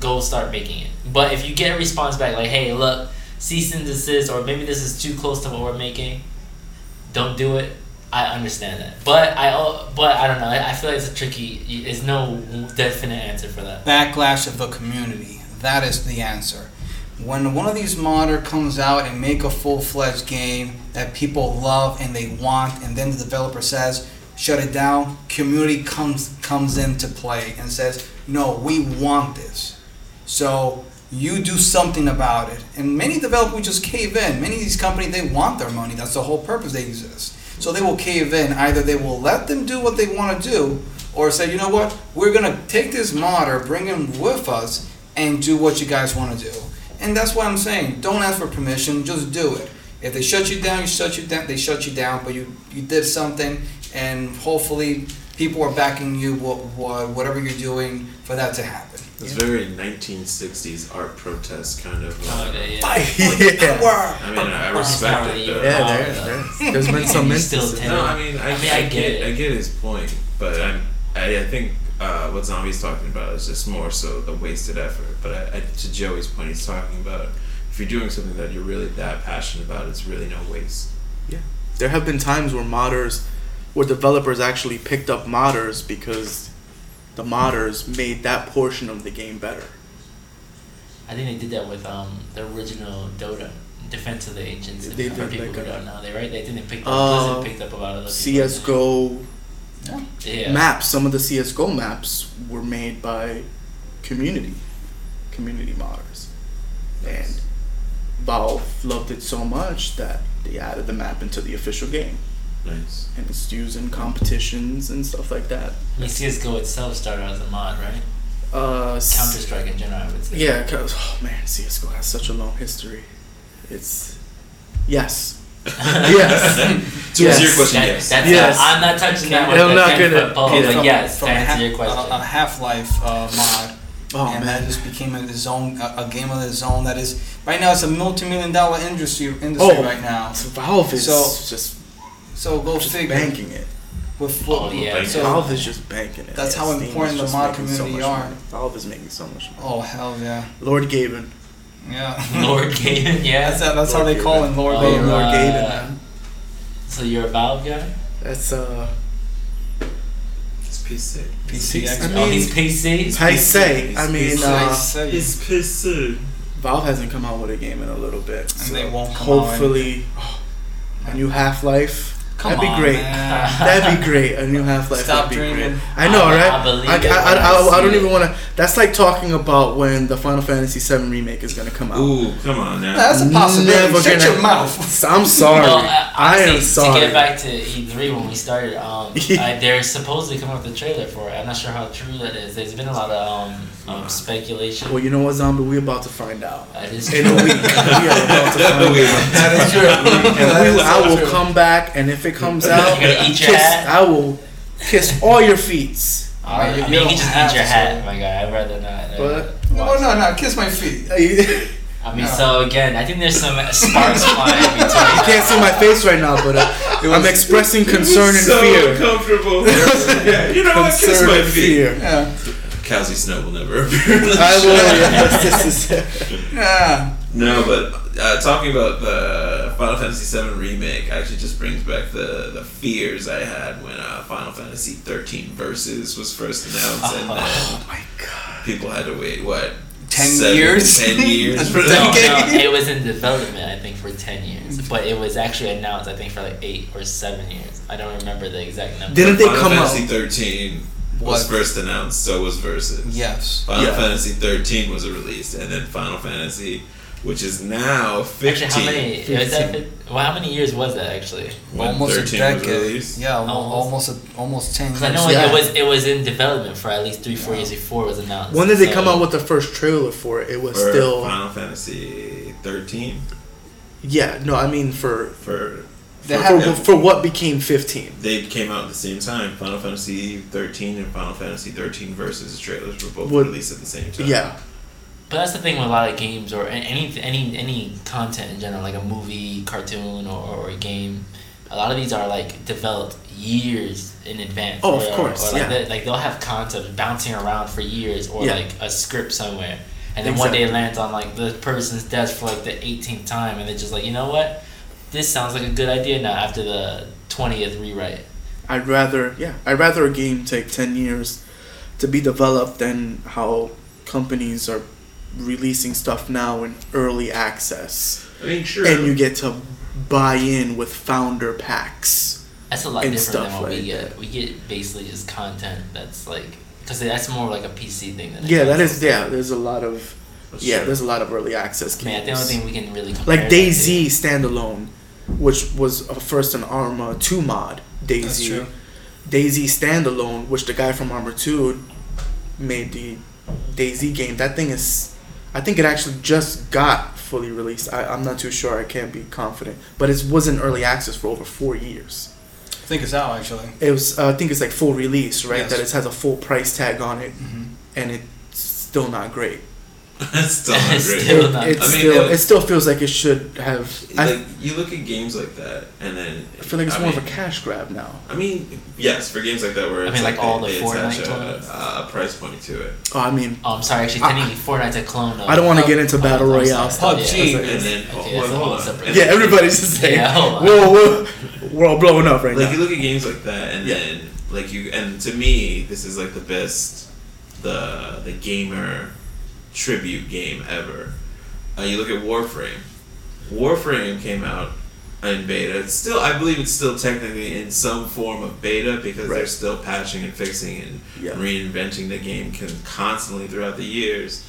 Speaker 2: go start making it. But if you get a response back like, hey, look, cease and desist, or maybe this is too close to what we're making, don't do it. I understand that, but I al- but I don't know. I I feel like it's a tricky. y- There's no definite answer for that.
Speaker 4: Backlash of the community. That is the answer. When one of these modder comes out and make a full-fledged game that people love and they want, and then the developer says, "Shut it down," community comes comes into play and says, "No, we want this." So you do something about it. And many developers just cave in. Many of these companies they want their money. That's the whole purpose they exist. So they will cave in. Either they will let them do what they want to do, or say, you know what, we're gonna take this modder, bring him with us, and do what you guys want to do. And that's what I'm saying. Don't ask for permission. Just do it. If they shut you down, you shut you down. They shut you down, but you you did something, and hopefully people are backing you. What, what whatever you're doing for that to happen.
Speaker 1: it's very 1960s art protest kind of. Uh,
Speaker 2: Okay, yeah.
Speaker 4: Fight for your
Speaker 3: <laughs> Yeah.
Speaker 4: power.
Speaker 1: I mean, I
Speaker 2: It's not
Speaker 1: respect
Speaker 2: really
Speaker 1: it though.
Speaker 2: your
Speaker 3: Yeah,
Speaker 2: power,
Speaker 3: there,
Speaker 2: though.
Speaker 3: there. There's
Speaker 2: <laughs>
Speaker 3: been some
Speaker 2: You still
Speaker 3: instances.
Speaker 2: take-
Speaker 1: No, I mean, I,
Speaker 2: I mean,
Speaker 1: I,
Speaker 2: I
Speaker 1: get,
Speaker 2: get it.
Speaker 1: I get his point, but I'm, I, I think uh, what Zombie's talking about is just more so a wasted effort. But I, I, to Joey's point, he's talking about if you're doing something that you're really that passionate about, it's really no waste.
Speaker 3: There have been times where modders, where developers actually picked up modders because the modders made that portion of the game better.
Speaker 2: I think they did that with um the original Dota, Defense of the Ancients.
Speaker 3: They
Speaker 2: for
Speaker 3: did
Speaker 2: people
Speaker 3: like
Speaker 2: who
Speaker 3: a-
Speaker 2: don't know, they right? They think they picked up.
Speaker 3: Uh,
Speaker 2: Blizzard picked up a lot of those.
Speaker 3: CS:GO
Speaker 2: yeah.
Speaker 3: maps, some of the CS:GO maps were made by community, community modders, and Valve loved it so much that they added the map into the official game,
Speaker 1: Nice.
Speaker 3: and it's used in competitions and stuff like that.
Speaker 2: I mean, CS:GO itself started out as a mod, right?
Speaker 3: Uh, s-
Speaker 2: Counter Strike in general, I would say.
Speaker 3: Yeah, cause oh man, CS:GO has such a long history. It's yes, <laughs> yes.
Speaker 1: To answer your
Speaker 3: Yes.
Speaker 1: question,
Speaker 2: That-
Speaker 1: yes.
Speaker 2: That's
Speaker 3: Yes.
Speaker 2: Not, I'm not touching that one.
Speaker 3: I'm
Speaker 2: but
Speaker 3: not
Speaker 2: thank you
Speaker 3: gonna-
Speaker 2: for both,
Speaker 3: yeah.
Speaker 2: but
Speaker 4: From-
Speaker 2: Oh, yes, to
Speaker 4: from a
Speaker 2: answer
Speaker 4: half-
Speaker 2: your question.
Speaker 4: A, a Half-Life uh, mod,
Speaker 3: Oh
Speaker 4: and that
Speaker 3: man.
Speaker 4: just became a zone, a, a game of its own. That is right now it's a multi-million dollar industry industry
Speaker 3: Oh.
Speaker 4: right now.
Speaker 3: Valve is
Speaker 4: So-
Speaker 3: just,
Speaker 4: So go
Speaker 3: just
Speaker 4: figure.
Speaker 3: banking it.
Speaker 4: With what?
Speaker 2: Oh, yeah.
Speaker 4: So-
Speaker 3: Valve is just banking it.
Speaker 4: That's how
Speaker 3: Steam is
Speaker 4: important the
Speaker 3: just
Speaker 4: mod
Speaker 3: making so
Speaker 4: community
Speaker 3: much
Speaker 4: are.
Speaker 3: money. Valve is making so much money.
Speaker 4: Oh hell yeah,
Speaker 3: Lord Gaben.
Speaker 4: yeah.
Speaker 2: <laughs>
Speaker 4: <laughs>
Speaker 2: Lord Gaiden, yeah.
Speaker 4: that's how, that's how
Speaker 3: Lord
Speaker 4: they call him Lord
Speaker 2: Oh,
Speaker 3: Lord
Speaker 2: you're,
Speaker 4: Gamer.
Speaker 2: uh,
Speaker 3: Gaben, man.
Speaker 2: So you're a Valve guy?
Speaker 3: That's uh.
Speaker 1: It's PC.
Speaker 4: PC
Speaker 3: I
Speaker 4: expert.
Speaker 2: oh,
Speaker 3: mean-
Speaker 2: he's PC.
Speaker 3: I say.
Speaker 1: PC.
Speaker 3: I mean,
Speaker 1: It's
Speaker 3: uh,
Speaker 4: and
Speaker 1: PC.
Speaker 3: Valve hasn't come out with a game in a little bit. So
Speaker 4: they won't come out.
Speaker 3: hopefully, a new Half Life.
Speaker 4: and
Speaker 2: Come
Speaker 3: That'd be
Speaker 2: on,
Speaker 3: great.
Speaker 4: <laughs>
Speaker 2: man.
Speaker 3: That'd be great. A new Half Life.
Speaker 4: Stop
Speaker 3: would be
Speaker 4: dreaming.
Speaker 3: Great. I know,
Speaker 2: I-
Speaker 3: right?
Speaker 2: I believe
Speaker 3: I,
Speaker 2: it
Speaker 3: I,
Speaker 2: when I
Speaker 3: I, I don't
Speaker 2: see
Speaker 3: even
Speaker 2: it.
Speaker 3: want to. That's like talking about when the Final Fantasy VII remake is gonna come out.
Speaker 1: Ooh, come on now.
Speaker 4: That's a possibility.
Speaker 3: Never
Speaker 4: Shut
Speaker 3: gonna-
Speaker 4: your mouth. <laughs>
Speaker 3: I'm sorry.
Speaker 2: Well, uh,
Speaker 3: I
Speaker 2: honestly,
Speaker 3: am sorry.
Speaker 2: To get back to E3 when we started,
Speaker 3: <laughs>
Speaker 2: um, I, they're supposedly coming up with a trailer for it. I'm not sure how true that is. There's been a lot of um,
Speaker 3: Uh,
Speaker 2: um, speculation.
Speaker 3: Well, you know what, Zombie? We're about to find out.
Speaker 2: That is
Speaker 3: In
Speaker 2: true.
Speaker 3: a week, we are about to find
Speaker 1: We-
Speaker 3: out.
Speaker 4: That is true. That
Speaker 3: And
Speaker 4: is
Speaker 3: we, I
Speaker 4: so
Speaker 3: will
Speaker 4: true.
Speaker 3: come back, and if it comes out,
Speaker 2: You're gonna eat your
Speaker 3: kiss,
Speaker 2: hat?
Speaker 3: I will kiss all your feet.
Speaker 2: <laughs> All right,
Speaker 4: You-
Speaker 2: I
Speaker 4: you
Speaker 2: mean, you
Speaker 4: don't
Speaker 2: can just
Speaker 4: have
Speaker 2: eat your
Speaker 4: to.
Speaker 2: hat, my guy. I'd rather not. I'd rather-
Speaker 3: But
Speaker 4: No, no, no. Kiss my feet.
Speaker 3: you
Speaker 2: I mean,
Speaker 4: No.
Speaker 2: so again, I think there's some sparks flying between.
Speaker 3: can't see my face right now, but uh, I'm expressing concern and
Speaker 1: so
Speaker 3: fear. <laughs>
Speaker 1: uncomfortable. <laughs> yeah, you know what? Kiss
Speaker 3: Concern
Speaker 1: my
Speaker 3: and
Speaker 1: feet.
Speaker 4: <laughs>
Speaker 3: fear.
Speaker 4: Yeah.
Speaker 1: Kelsey Snow will never appear. on the
Speaker 3: I will.
Speaker 1: show.
Speaker 3: Yes, <laughs> this is
Speaker 4: Yeah.
Speaker 1: No, but uh, talking about the Final Fantasy VII remake actually just brings back the, the fears I had when uh, Final Fantasy thirteen Versus was first announced, and then
Speaker 3: Oh my god.
Speaker 1: people had to wait what
Speaker 4: 10 years?
Speaker 1: ten
Speaker 4: <laughs>
Speaker 1: years for
Speaker 2: No,
Speaker 1: that.
Speaker 2: no,
Speaker 4: Okay.
Speaker 2: <laughs> it was in development, I think, for 10 years. But it was actually announced, I think, for like 8 or 7 years. I don't remember the exact number.
Speaker 3: Didn't they
Speaker 1: Final
Speaker 3: come
Speaker 1: Fantasy
Speaker 3: out?
Speaker 1: thirteen was
Speaker 4: What?
Speaker 1: first announced, so was Versus.
Speaker 4: Yes.
Speaker 1: Final
Speaker 3: Yeah.
Speaker 1: Fantasy thirteen was released, and then Final Fantasy, which is now fifteen.
Speaker 2: Actually, how many? Was that, fif- well, how many years was that actually?
Speaker 1: when
Speaker 4: almost a
Speaker 1: 13 was
Speaker 4: decade.
Speaker 1: released.
Speaker 4: Yeah. Almost.
Speaker 2: Almost.
Speaker 4: Almost, a, almost ten.
Speaker 2: Because I know
Speaker 3: Yeah.
Speaker 2: it was it was in development for at least three four years before it was announced.
Speaker 3: When did they
Speaker 2: So-
Speaker 3: come out with the first trailer for it? It was
Speaker 1: For
Speaker 3: still.
Speaker 1: Final Fantasy thirteen
Speaker 3: Yeah, no, I mean for
Speaker 1: for
Speaker 4: They
Speaker 3: for,
Speaker 4: have-
Speaker 3: for what became 15.
Speaker 1: they came out at the same time. Final Fantasy 13 and Final Fantasy 13 versus trailers were both
Speaker 3: Would-
Speaker 1: released at the same time.
Speaker 3: Yeah.
Speaker 2: But that's the thing with a lot of games or a- any any any content in general, like a movie, cartoon, or, or a game. A lot of these are like developed years in advance.
Speaker 3: Oh, of
Speaker 2: or-
Speaker 3: course,
Speaker 2: or like,
Speaker 3: yeah.
Speaker 2: they, like they'll have concepts bouncing around for years, or
Speaker 3: Yeah.
Speaker 2: like a script somewhere, and then one day it lands on like the person's desk for like the eighteenth time, and they're just like, you know what, this sounds like a good idea now after the twentieth rewrite.
Speaker 3: I'd rather yeah, I'd rather a game take 10 years to be developed than how companies are releasing stuff now in early access
Speaker 1: I mean, sure.
Speaker 3: and you get to buy in with founder packs.
Speaker 2: That's a lot
Speaker 3: and
Speaker 2: different
Speaker 3: stuff
Speaker 2: than what
Speaker 3: like
Speaker 2: we get. We get basically just content that's like because that's more like a PC thing than a
Speaker 3: Yeah, that
Speaker 2: console
Speaker 3: is yeah, there's a lot of
Speaker 1: That's
Speaker 3: yeah,
Speaker 1: true.
Speaker 3: there's a lot of early access games.
Speaker 2: Man, the only thing we can really compare
Speaker 3: like
Speaker 2: that
Speaker 3: DayZ standalone, which was a first an Arma two mod.
Speaker 4: That's
Speaker 3: DayZ,
Speaker 4: true.
Speaker 3: DayZ standalone, which the guy from Arma two made the DayZ game. That thing is, I think it actually just got fully released. I, I'm not too sure. I can't be confident, but it was in early access for over four years.
Speaker 4: I think it's out actually.
Speaker 3: It was, uh, I think it's like full release, right?
Speaker 4: Yes.
Speaker 3: That it has a full price tag on it,
Speaker 4: hmm
Speaker 3: and it's still not great.
Speaker 1: <laughs> That's still not great.
Speaker 2: Still
Speaker 3: it,
Speaker 2: not-
Speaker 3: it's
Speaker 1: I mean,
Speaker 3: still,
Speaker 1: it-
Speaker 3: it still feels like it should have. I,
Speaker 1: like, you look at games like that, and then
Speaker 3: I feel like it's
Speaker 1: I
Speaker 3: more
Speaker 1: mean,
Speaker 3: of a cash grab now.
Speaker 1: I mean, yes, for games like that where
Speaker 2: I
Speaker 1: it's
Speaker 2: mean, like all
Speaker 1: they,
Speaker 2: the
Speaker 1: they attach
Speaker 2: Fortnite tournaments.
Speaker 1: a, a price point to it,
Speaker 3: Oh, I mean,
Speaker 2: Oh, I'm sorry. Actually,
Speaker 3: I-
Speaker 2: technically, Fortnite's a clone of.
Speaker 3: I don't want to
Speaker 4: Uh,
Speaker 3: get into
Speaker 2: of-
Speaker 3: battle
Speaker 2: I'm
Speaker 3: royale
Speaker 2: sorry,
Speaker 3: stuff.
Speaker 4: PUBG.
Speaker 3: It's
Speaker 1: and
Speaker 3: like-
Speaker 1: then
Speaker 2: Okay,
Speaker 1: well,
Speaker 2: that's a
Speaker 1: hold
Speaker 2: whole
Speaker 1: on.
Speaker 2: separate-
Speaker 1: And
Speaker 3: Yeah,
Speaker 1: then-
Speaker 3: everybody's just saying,
Speaker 2: Yeah, hold on.
Speaker 3: whoa, whoa, we're all blowing up right
Speaker 1: like
Speaker 3: now.
Speaker 1: you look at games like that and
Speaker 3: Yeah.
Speaker 1: then like you and to me this is like the best the the gamer tribute game ever uh, you look at warframe warframe came out in beta it's still i believe it's still technically in some form of beta because they're
Speaker 3: Right.
Speaker 1: still patching and fixing and
Speaker 3: Yeah.
Speaker 1: reinventing the game con- constantly throughout the years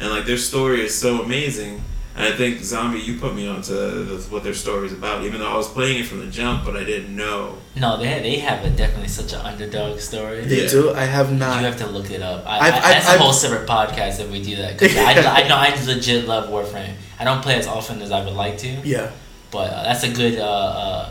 Speaker 1: and like their story is so amazing and I think Zombie, you put me onto the, what their story's about, even though I was playing it from the jump, but I didn't know.
Speaker 2: No, they they have a, definitely such an underdog story.
Speaker 3: They
Speaker 1: Yeah.
Speaker 3: do. I have
Speaker 2: You
Speaker 3: not.
Speaker 2: have to look it up. I, I,
Speaker 3: I've- I've-
Speaker 2: that's
Speaker 3: I've-
Speaker 2: a whole separate podcast if we do that.
Speaker 3: <laughs>
Speaker 2: 'cause I, I know I legit love Warframe. I don't play as often as I would like to,
Speaker 3: Yeah,
Speaker 2: but uh, that's a good. Uh, uh,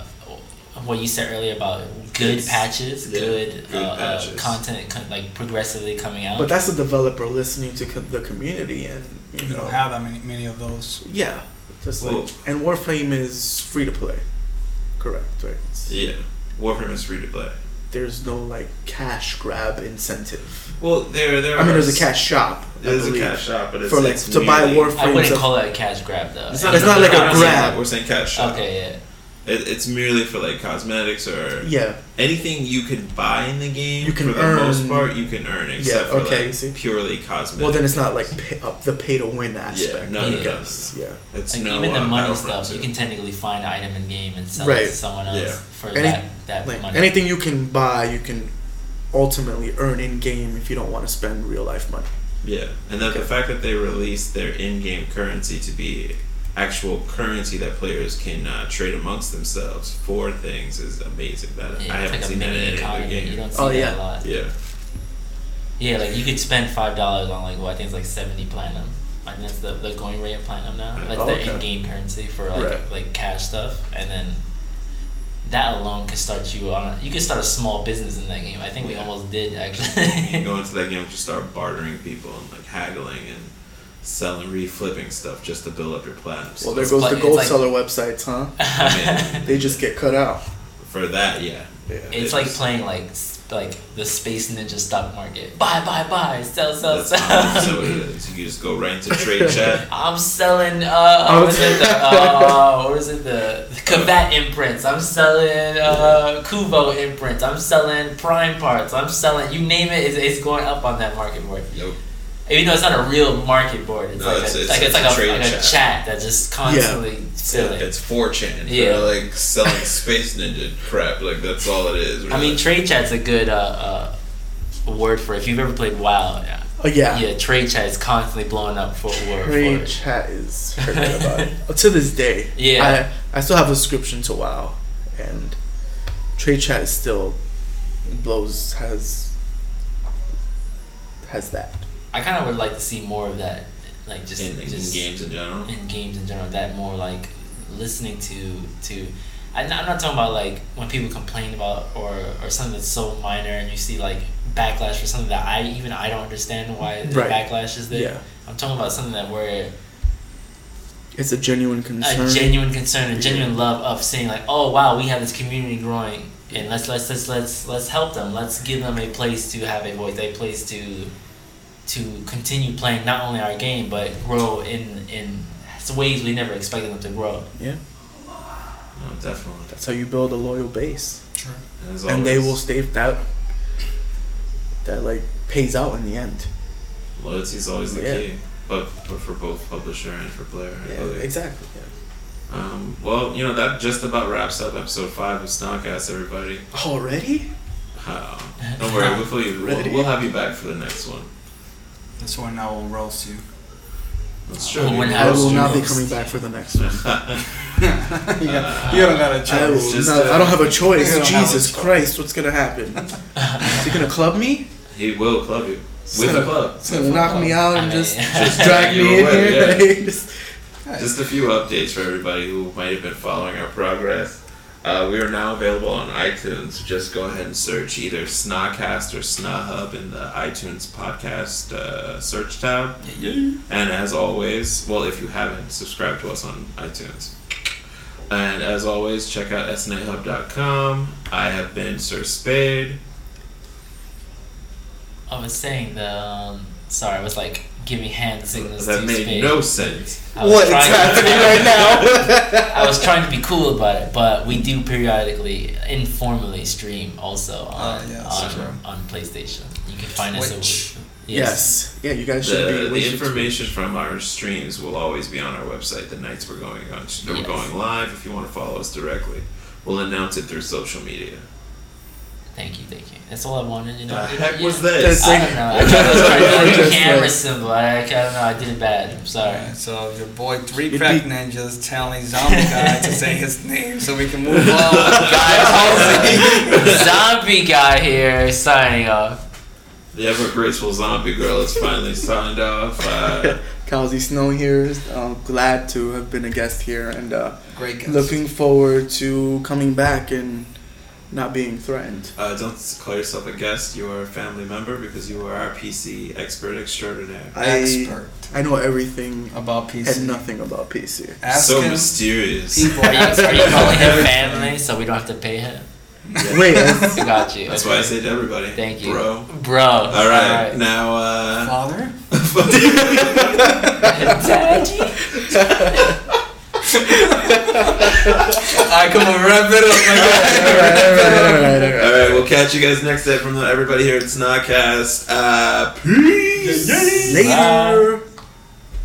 Speaker 2: what you said earlier about good
Speaker 1: Yes.
Speaker 2: patches,
Speaker 1: Yeah,
Speaker 2: good,
Speaker 1: good
Speaker 2: uh,
Speaker 1: patches.
Speaker 2: Uh, content co- like progressively coming out.
Speaker 3: but that's a developer listening to co- the community, and you
Speaker 4: You don't
Speaker 3: know,
Speaker 4: have that many, many of those.
Speaker 3: yeah, just like
Speaker 1: Well-
Speaker 3: and Warframe is free to play, correct? Right? It's-
Speaker 1: Yeah, Warframe is free to play.
Speaker 3: There's no like cash grab incentive.
Speaker 1: Well, there, there.
Speaker 3: I mean,
Speaker 1: are
Speaker 3: there's a
Speaker 1: s-
Speaker 3: cash shop. I
Speaker 1: There's a
Speaker 3: believe.
Speaker 1: cash shop, but it's
Speaker 3: For, like,
Speaker 1: it's
Speaker 3: to buy
Speaker 1: merely-
Speaker 3: Warframe.
Speaker 2: I
Speaker 3: frames
Speaker 2: wouldn't
Speaker 3: of-
Speaker 2: call that a cash grab though.
Speaker 3: It's not like
Speaker 1: we're
Speaker 3: a
Speaker 1: saying
Speaker 3: grab.
Speaker 1: that, We're saying cash shop.
Speaker 2: Okay, yeah.
Speaker 1: It, it's merely for like cosmetics or
Speaker 3: Yeah,
Speaker 1: anything you could buy in the game.
Speaker 3: You can
Speaker 1: for the
Speaker 3: earn-
Speaker 1: most part, you can earn except
Speaker 3: Yeah, okay,
Speaker 1: for like
Speaker 3: see.
Speaker 1: purely cosmetics.
Speaker 3: well then it's not like pay, uh, the pay to win aspect.
Speaker 1: no,
Speaker 3: I
Speaker 1: no, no.
Speaker 3: guess. Yeah,
Speaker 1: it's
Speaker 2: Like
Speaker 1: no,
Speaker 2: even the
Speaker 1: uh,
Speaker 2: money
Speaker 1: Battlefront
Speaker 2: stuff,
Speaker 1: two.
Speaker 2: you can technically find an item in game and sell it
Speaker 3: Right.
Speaker 2: to someone else
Speaker 1: Yeah.
Speaker 2: for
Speaker 3: Any-
Speaker 2: that that
Speaker 3: like
Speaker 2: money.
Speaker 3: anything you can buy, you can ultimately earn in game if you don't want to spend real life money.
Speaker 1: Yeah, and that the
Speaker 3: Okay.
Speaker 1: fact that they released their in-game currency to be actual currency that players can uh, trade amongst themselves for things is amazing. That
Speaker 2: Yeah,
Speaker 1: I
Speaker 2: it's
Speaker 1: haven't
Speaker 2: like a
Speaker 1: seen that
Speaker 2: mini
Speaker 1: in any other
Speaker 2: economy. You
Speaker 1: game.
Speaker 2: don't see
Speaker 3: Oh,
Speaker 2: that
Speaker 3: yeah.
Speaker 2: a lot.
Speaker 1: Yeah,
Speaker 2: Yeah, like you could spend five dollars on like what I think it's like seventy platinum. I think that's the, the going rate of platinum now.
Speaker 1: Right.
Speaker 2: That's
Speaker 3: Oh,
Speaker 2: their
Speaker 3: okay.
Speaker 2: in-game currency for like
Speaker 3: Right.
Speaker 2: like cash stuff, and then that alone could start you on. You could start a small business in that game. I think we almost did
Speaker 1: you
Speaker 2: actually.
Speaker 1: go
Speaker 2: <laughs>
Speaker 1: into that game and just start bartering people and like haggling and selling, re-flipping stuff just to build up your platinum.
Speaker 3: Well,
Speaker 1: So
Speaker 3: there
Speaker 2: It's
Speaker 3: goes
Speaker 2: like-
Speaker 3: the
Speaker 2: it's
Speaker 3: gold
Speaker 2: like-
Speaker 3: seller websites, huh?
Speaker 2: <laughs>
Speaker 1: I mean,
Speaker 3: They just get cut out.
Speaker 1: for that, yeah.
Speaker 3: Yeah.
Speaker 2: It's like playing like s- like the space ninja stock market. Buy, buy, buy, sell, sell,
Speaker 1: That's
Speaker 2: <laughs>
Speaker 1: honestly
Speaker 2: sell.
Speaker 1: what it is. You can just go right into
Speaker 2: <laughs>
Speaker 1: trade chat.
Speaker 2: I'm selling. Uh,
Speaker 1: Oh.
Speaker 2: what is it? The, uh, <laughs> what is it? The, the Kavat imprints. I'm selling uh, Kubo imprints. I'm selling Prime parts. I'm selling. You name it. It's, it's going up on that market board.
Speaker 1: Nope.
Speaker 2: Even though it's not a real market board, it's
Speaker 1: No,
Speaker 2: like
Speaker 1: it's-
Speaker 2: a,
Speaker 1: it's-
Speaker 2: like,
Speaker 1: it's
Speaker 2: it's
Speaker 1: a
Speaker 2: like a,
Speaker 1: trade
Speaker 2: like a
Speaker 1: chat.
Speaker 2: chat. that just constantly selling.
Speaker 1: It's 4chan.
Speaker 2: Yeah.
Speaker 1: They're like selling space ninja crap. Like that's all it is.
Speaker 2: I mean,
Speaker 1: really.
Speaker 2: trade chat's a good uh, uh, word for it. if you've ever played WoW. Yeah,
Speaker 3: Oh yeah.
Speaker 2: yeah trade chat is constantly blowing up for word for
Speaker 3: Trade
Speaker 2: it. <laughs>
Speaker 3: chat is forget about it. to this day.
Speaker 2: Yeah.
Speaker 3: I, I still have a subscription to WoW, and trade chat is still it blows has has that.
Speaker 2: I kind of would like to see more of that, like just
Speaker 1: in, in
Speaker 2: just
Speaker 1: games in general.
Speaker 2: in games in general that more like listening to to I- I'm not talking about like when people complain about or or something that's so minor and you see like backlash for something that I even I don't understand why the
Speaker 3: Right.
Speaker 2: backlash is there.
Speaker 3: Yeah,
Speaker 2: I'm talking about something that where
Speaker 3: it's a genuine concern.
Speaker 2: a genuine concern, a
Speaker 3: Yeah.
Speaker 2: genuine love of saying like, oh wow, we have this community growing and let's let's let's let's let's help them. Let's give them a place to have a voice, a place to to continue playing not only our game but grow in in ways we never expected them to grow.
Speaker 3: yeah,
Speaker 1: No, definitely.
Speaker 3: that's how you build a loyal base,
Speaker 4: Sure.
Speaker 1: As
Speaker 3: and they will
Speaker 1: always,
Speaker 3: stay that. That like pays out in the end.
Speaker 1: Loyalty is always the
Speaker 3: Yeah.
Speaker 1: key, but but for both publisher and for player. I
Speaker 3: Yeah,
Speaker 1: believe.
Speaker 3: exactly. Yeah.
Speaker 1: Um, well, you know that just about wraps up episode five of Snockcast. Everybody,
Speaker 3: Already?
Speaker 1: oh, don't
Speaker 3: <laughs>
Speaker 1: worry, we'll, fill you, we'll
Speaker 3: Ready.
Speaker 1: we'll have you back for the next one.
Speaker 4: This one I will roast you. <laughs>
Speaker 3: Uh,
Speaker 1: That's
Speaker 2: Oh,
Speaker 1: true.
Speaker 2: when
Speaker 1: You
Speaker 2: I
Speaker 3: I will
Speaker 1: lost
Speaker 3: not be
Speaker 1: your-
Speaker 3: coming back for the next one.
Speaker 4: you, got, you don't got a choice.
Speaker 3: I will
Speaker 1: Just,
Speaker 3: not,
Speaker 1: uh,
Speaker 3: I don't have a
Speaker 4: I
Speaker 3: choice.
Speaker 4: don't have a
Speaker 3: Jesus
Speaker 4: choice.
Speaker 3: Christ, what's gonna
Speaker 2: <laughs>
Speaker 3: happen? Is he gonna club me?
Speaker 1: <laughs> He will club you
Speaker 3: He's
Speaker 1: with a
Speaker 4: <laughs>
Speaker 3: gonna-
Speaker 1: club.
Speaker 3: He's gonna knock me out
Speaker 2: I
Speaker 3: and
Speaker 2: mean,
Speaker 3: just
Speaker 1: <laughs> Just
Speaker 3: drag
Speaker 1: you
Speaker 3: me in
Speaker 1: away,
Speaker 3: here.
Speaker 1: yeah.
Speaker 3: Like, <laughs> just-
Speaker 1: Just a few updates for everybody who might have been following our progress. Uh, we are now available on iTunes. Just go ahead and search either Snawcast or Snawhub in the iTunes podcast uh, search tab. And as always, well, if you haven't, subscribe to us on iTunes. And as always, check out snahub.com. I have been Sir Spade.
Speaker 2: I was saying the um, sorry, I was like giving hand signals
Speaker 1: That
Speaker 2: to
Speaker 1: made
Speaker 2: Spade.
Speaker 1: no sense.
Speaker 2: I was
Speaker 3: what is
Speaker 2: trying to- <laughs>
Speaker 3: happening right now?
Speaker 2: I was trying to be cool about it, but we do periodically informally stream also
Speaker 1: Oh,
Speaker 2: on
Speaker 4: Uh, yeah,
Speaker 2: on,
Speaker 4: sure.
Speaker 2: on PlayStation. You can find us
Speaker 4: Twitch.
Speaker 2: over
Speaker 3: yes. Yeah, you guys should
Speaker 1: The,
Speaker 3: be. we
Speaker 1: the
Speaker 3: should-
Speaker 1: information from our streams will always be on our website the nights we're going on that we're
Speaker 2: Yes.
Speaker 1: going live. If you want to follow us directly, we'll announce it through social media.
Speaker 2: Thank you, thank you. That's all I wanted. You know.
Speaker 1: The
Speaker 2: you
Speaker 1: heck
Speaker 2: know,
Speaker 1: was
Speaker 2: yeah.
Speaker 1: this?
Speaker 2: I
Speaker 3: <laughs>
Speaker 2: don't know. I
Speaker 1: <laughs>
Speaker 2: tried to start doing the
Speaker 3: uh,
Speaker 2: camera symbol. I, I don't know. I did it bad. I'm sorry.
Speaker 4: Alright, so your boy three
Speaker 3: It'd
Speaker 4: crack
Speaker 3: be-
Speaker 4: ninjas telling
Speaker 3: <laughs>
Speaker 4: zombie guy to say his name so we can move on.
Speaker 2: <laughs>
Speaker 4: Guys,
Speaker 1: <laughs>
Speaker 2: Zombie guy here signing off.
Speaker 1: The ever graceful zombie girl has finally signed off. Uh,
Speaker 3: Kelsey Snow here. i glad to have been a guest here and uh,
Speaker 4: great guys.
Speaker 3: looking forward to coming back and not being threatened.
Speaker 1: uh, don't call yourself a guest. You are a family member because you are our PC expert extraordinaire.
Speaker 3: I,
Speaker 4: expert
Speaker 3: I know everything
Speaker 4: about PC.
Speaker 3: and nothing about PC.
Speaker 4: Ask
Speaker 1: so
Speaker 4: him.
Speaker 1: mysterious.
Speaker 3: <laughs>
Speaker 4: people.
Speaker 2: Are you,
Speaker 4: ask
Speaker 2: are you
Speaker 4: him
Speaker 2: calling him
Speaker 4: everything.
Speaker 2: family so we don't have to pay him?
Speaker 1: <laughs> Yeah.
Speaker 3: Wait, that's-
Speaker 2: Got you.
Speaker 1: That's
Speaker 2: okay.
Speaker 1: why I say to everybody,
Speaker 2: Thank you,
Speaker 1: bro.
Speaker 2: Bro.
Speaker 1: All right,
Speaker 2: <laughs>
Speaker 1: now. Uh,
Speaker 4: Father?
Speaker 3: <laughs>
Speaker 1: <laughs>
Speaker 2: Daddy.
Speaker 4: I come on, wrap it up. My
Speaker 3: all
Speaker 4: guy.
Speaker 3: right, all right.
Speaker 1: All right, we'll catch you guys next time from everybody here at Snodcast. Uh, peace.
Speaker 3: Later.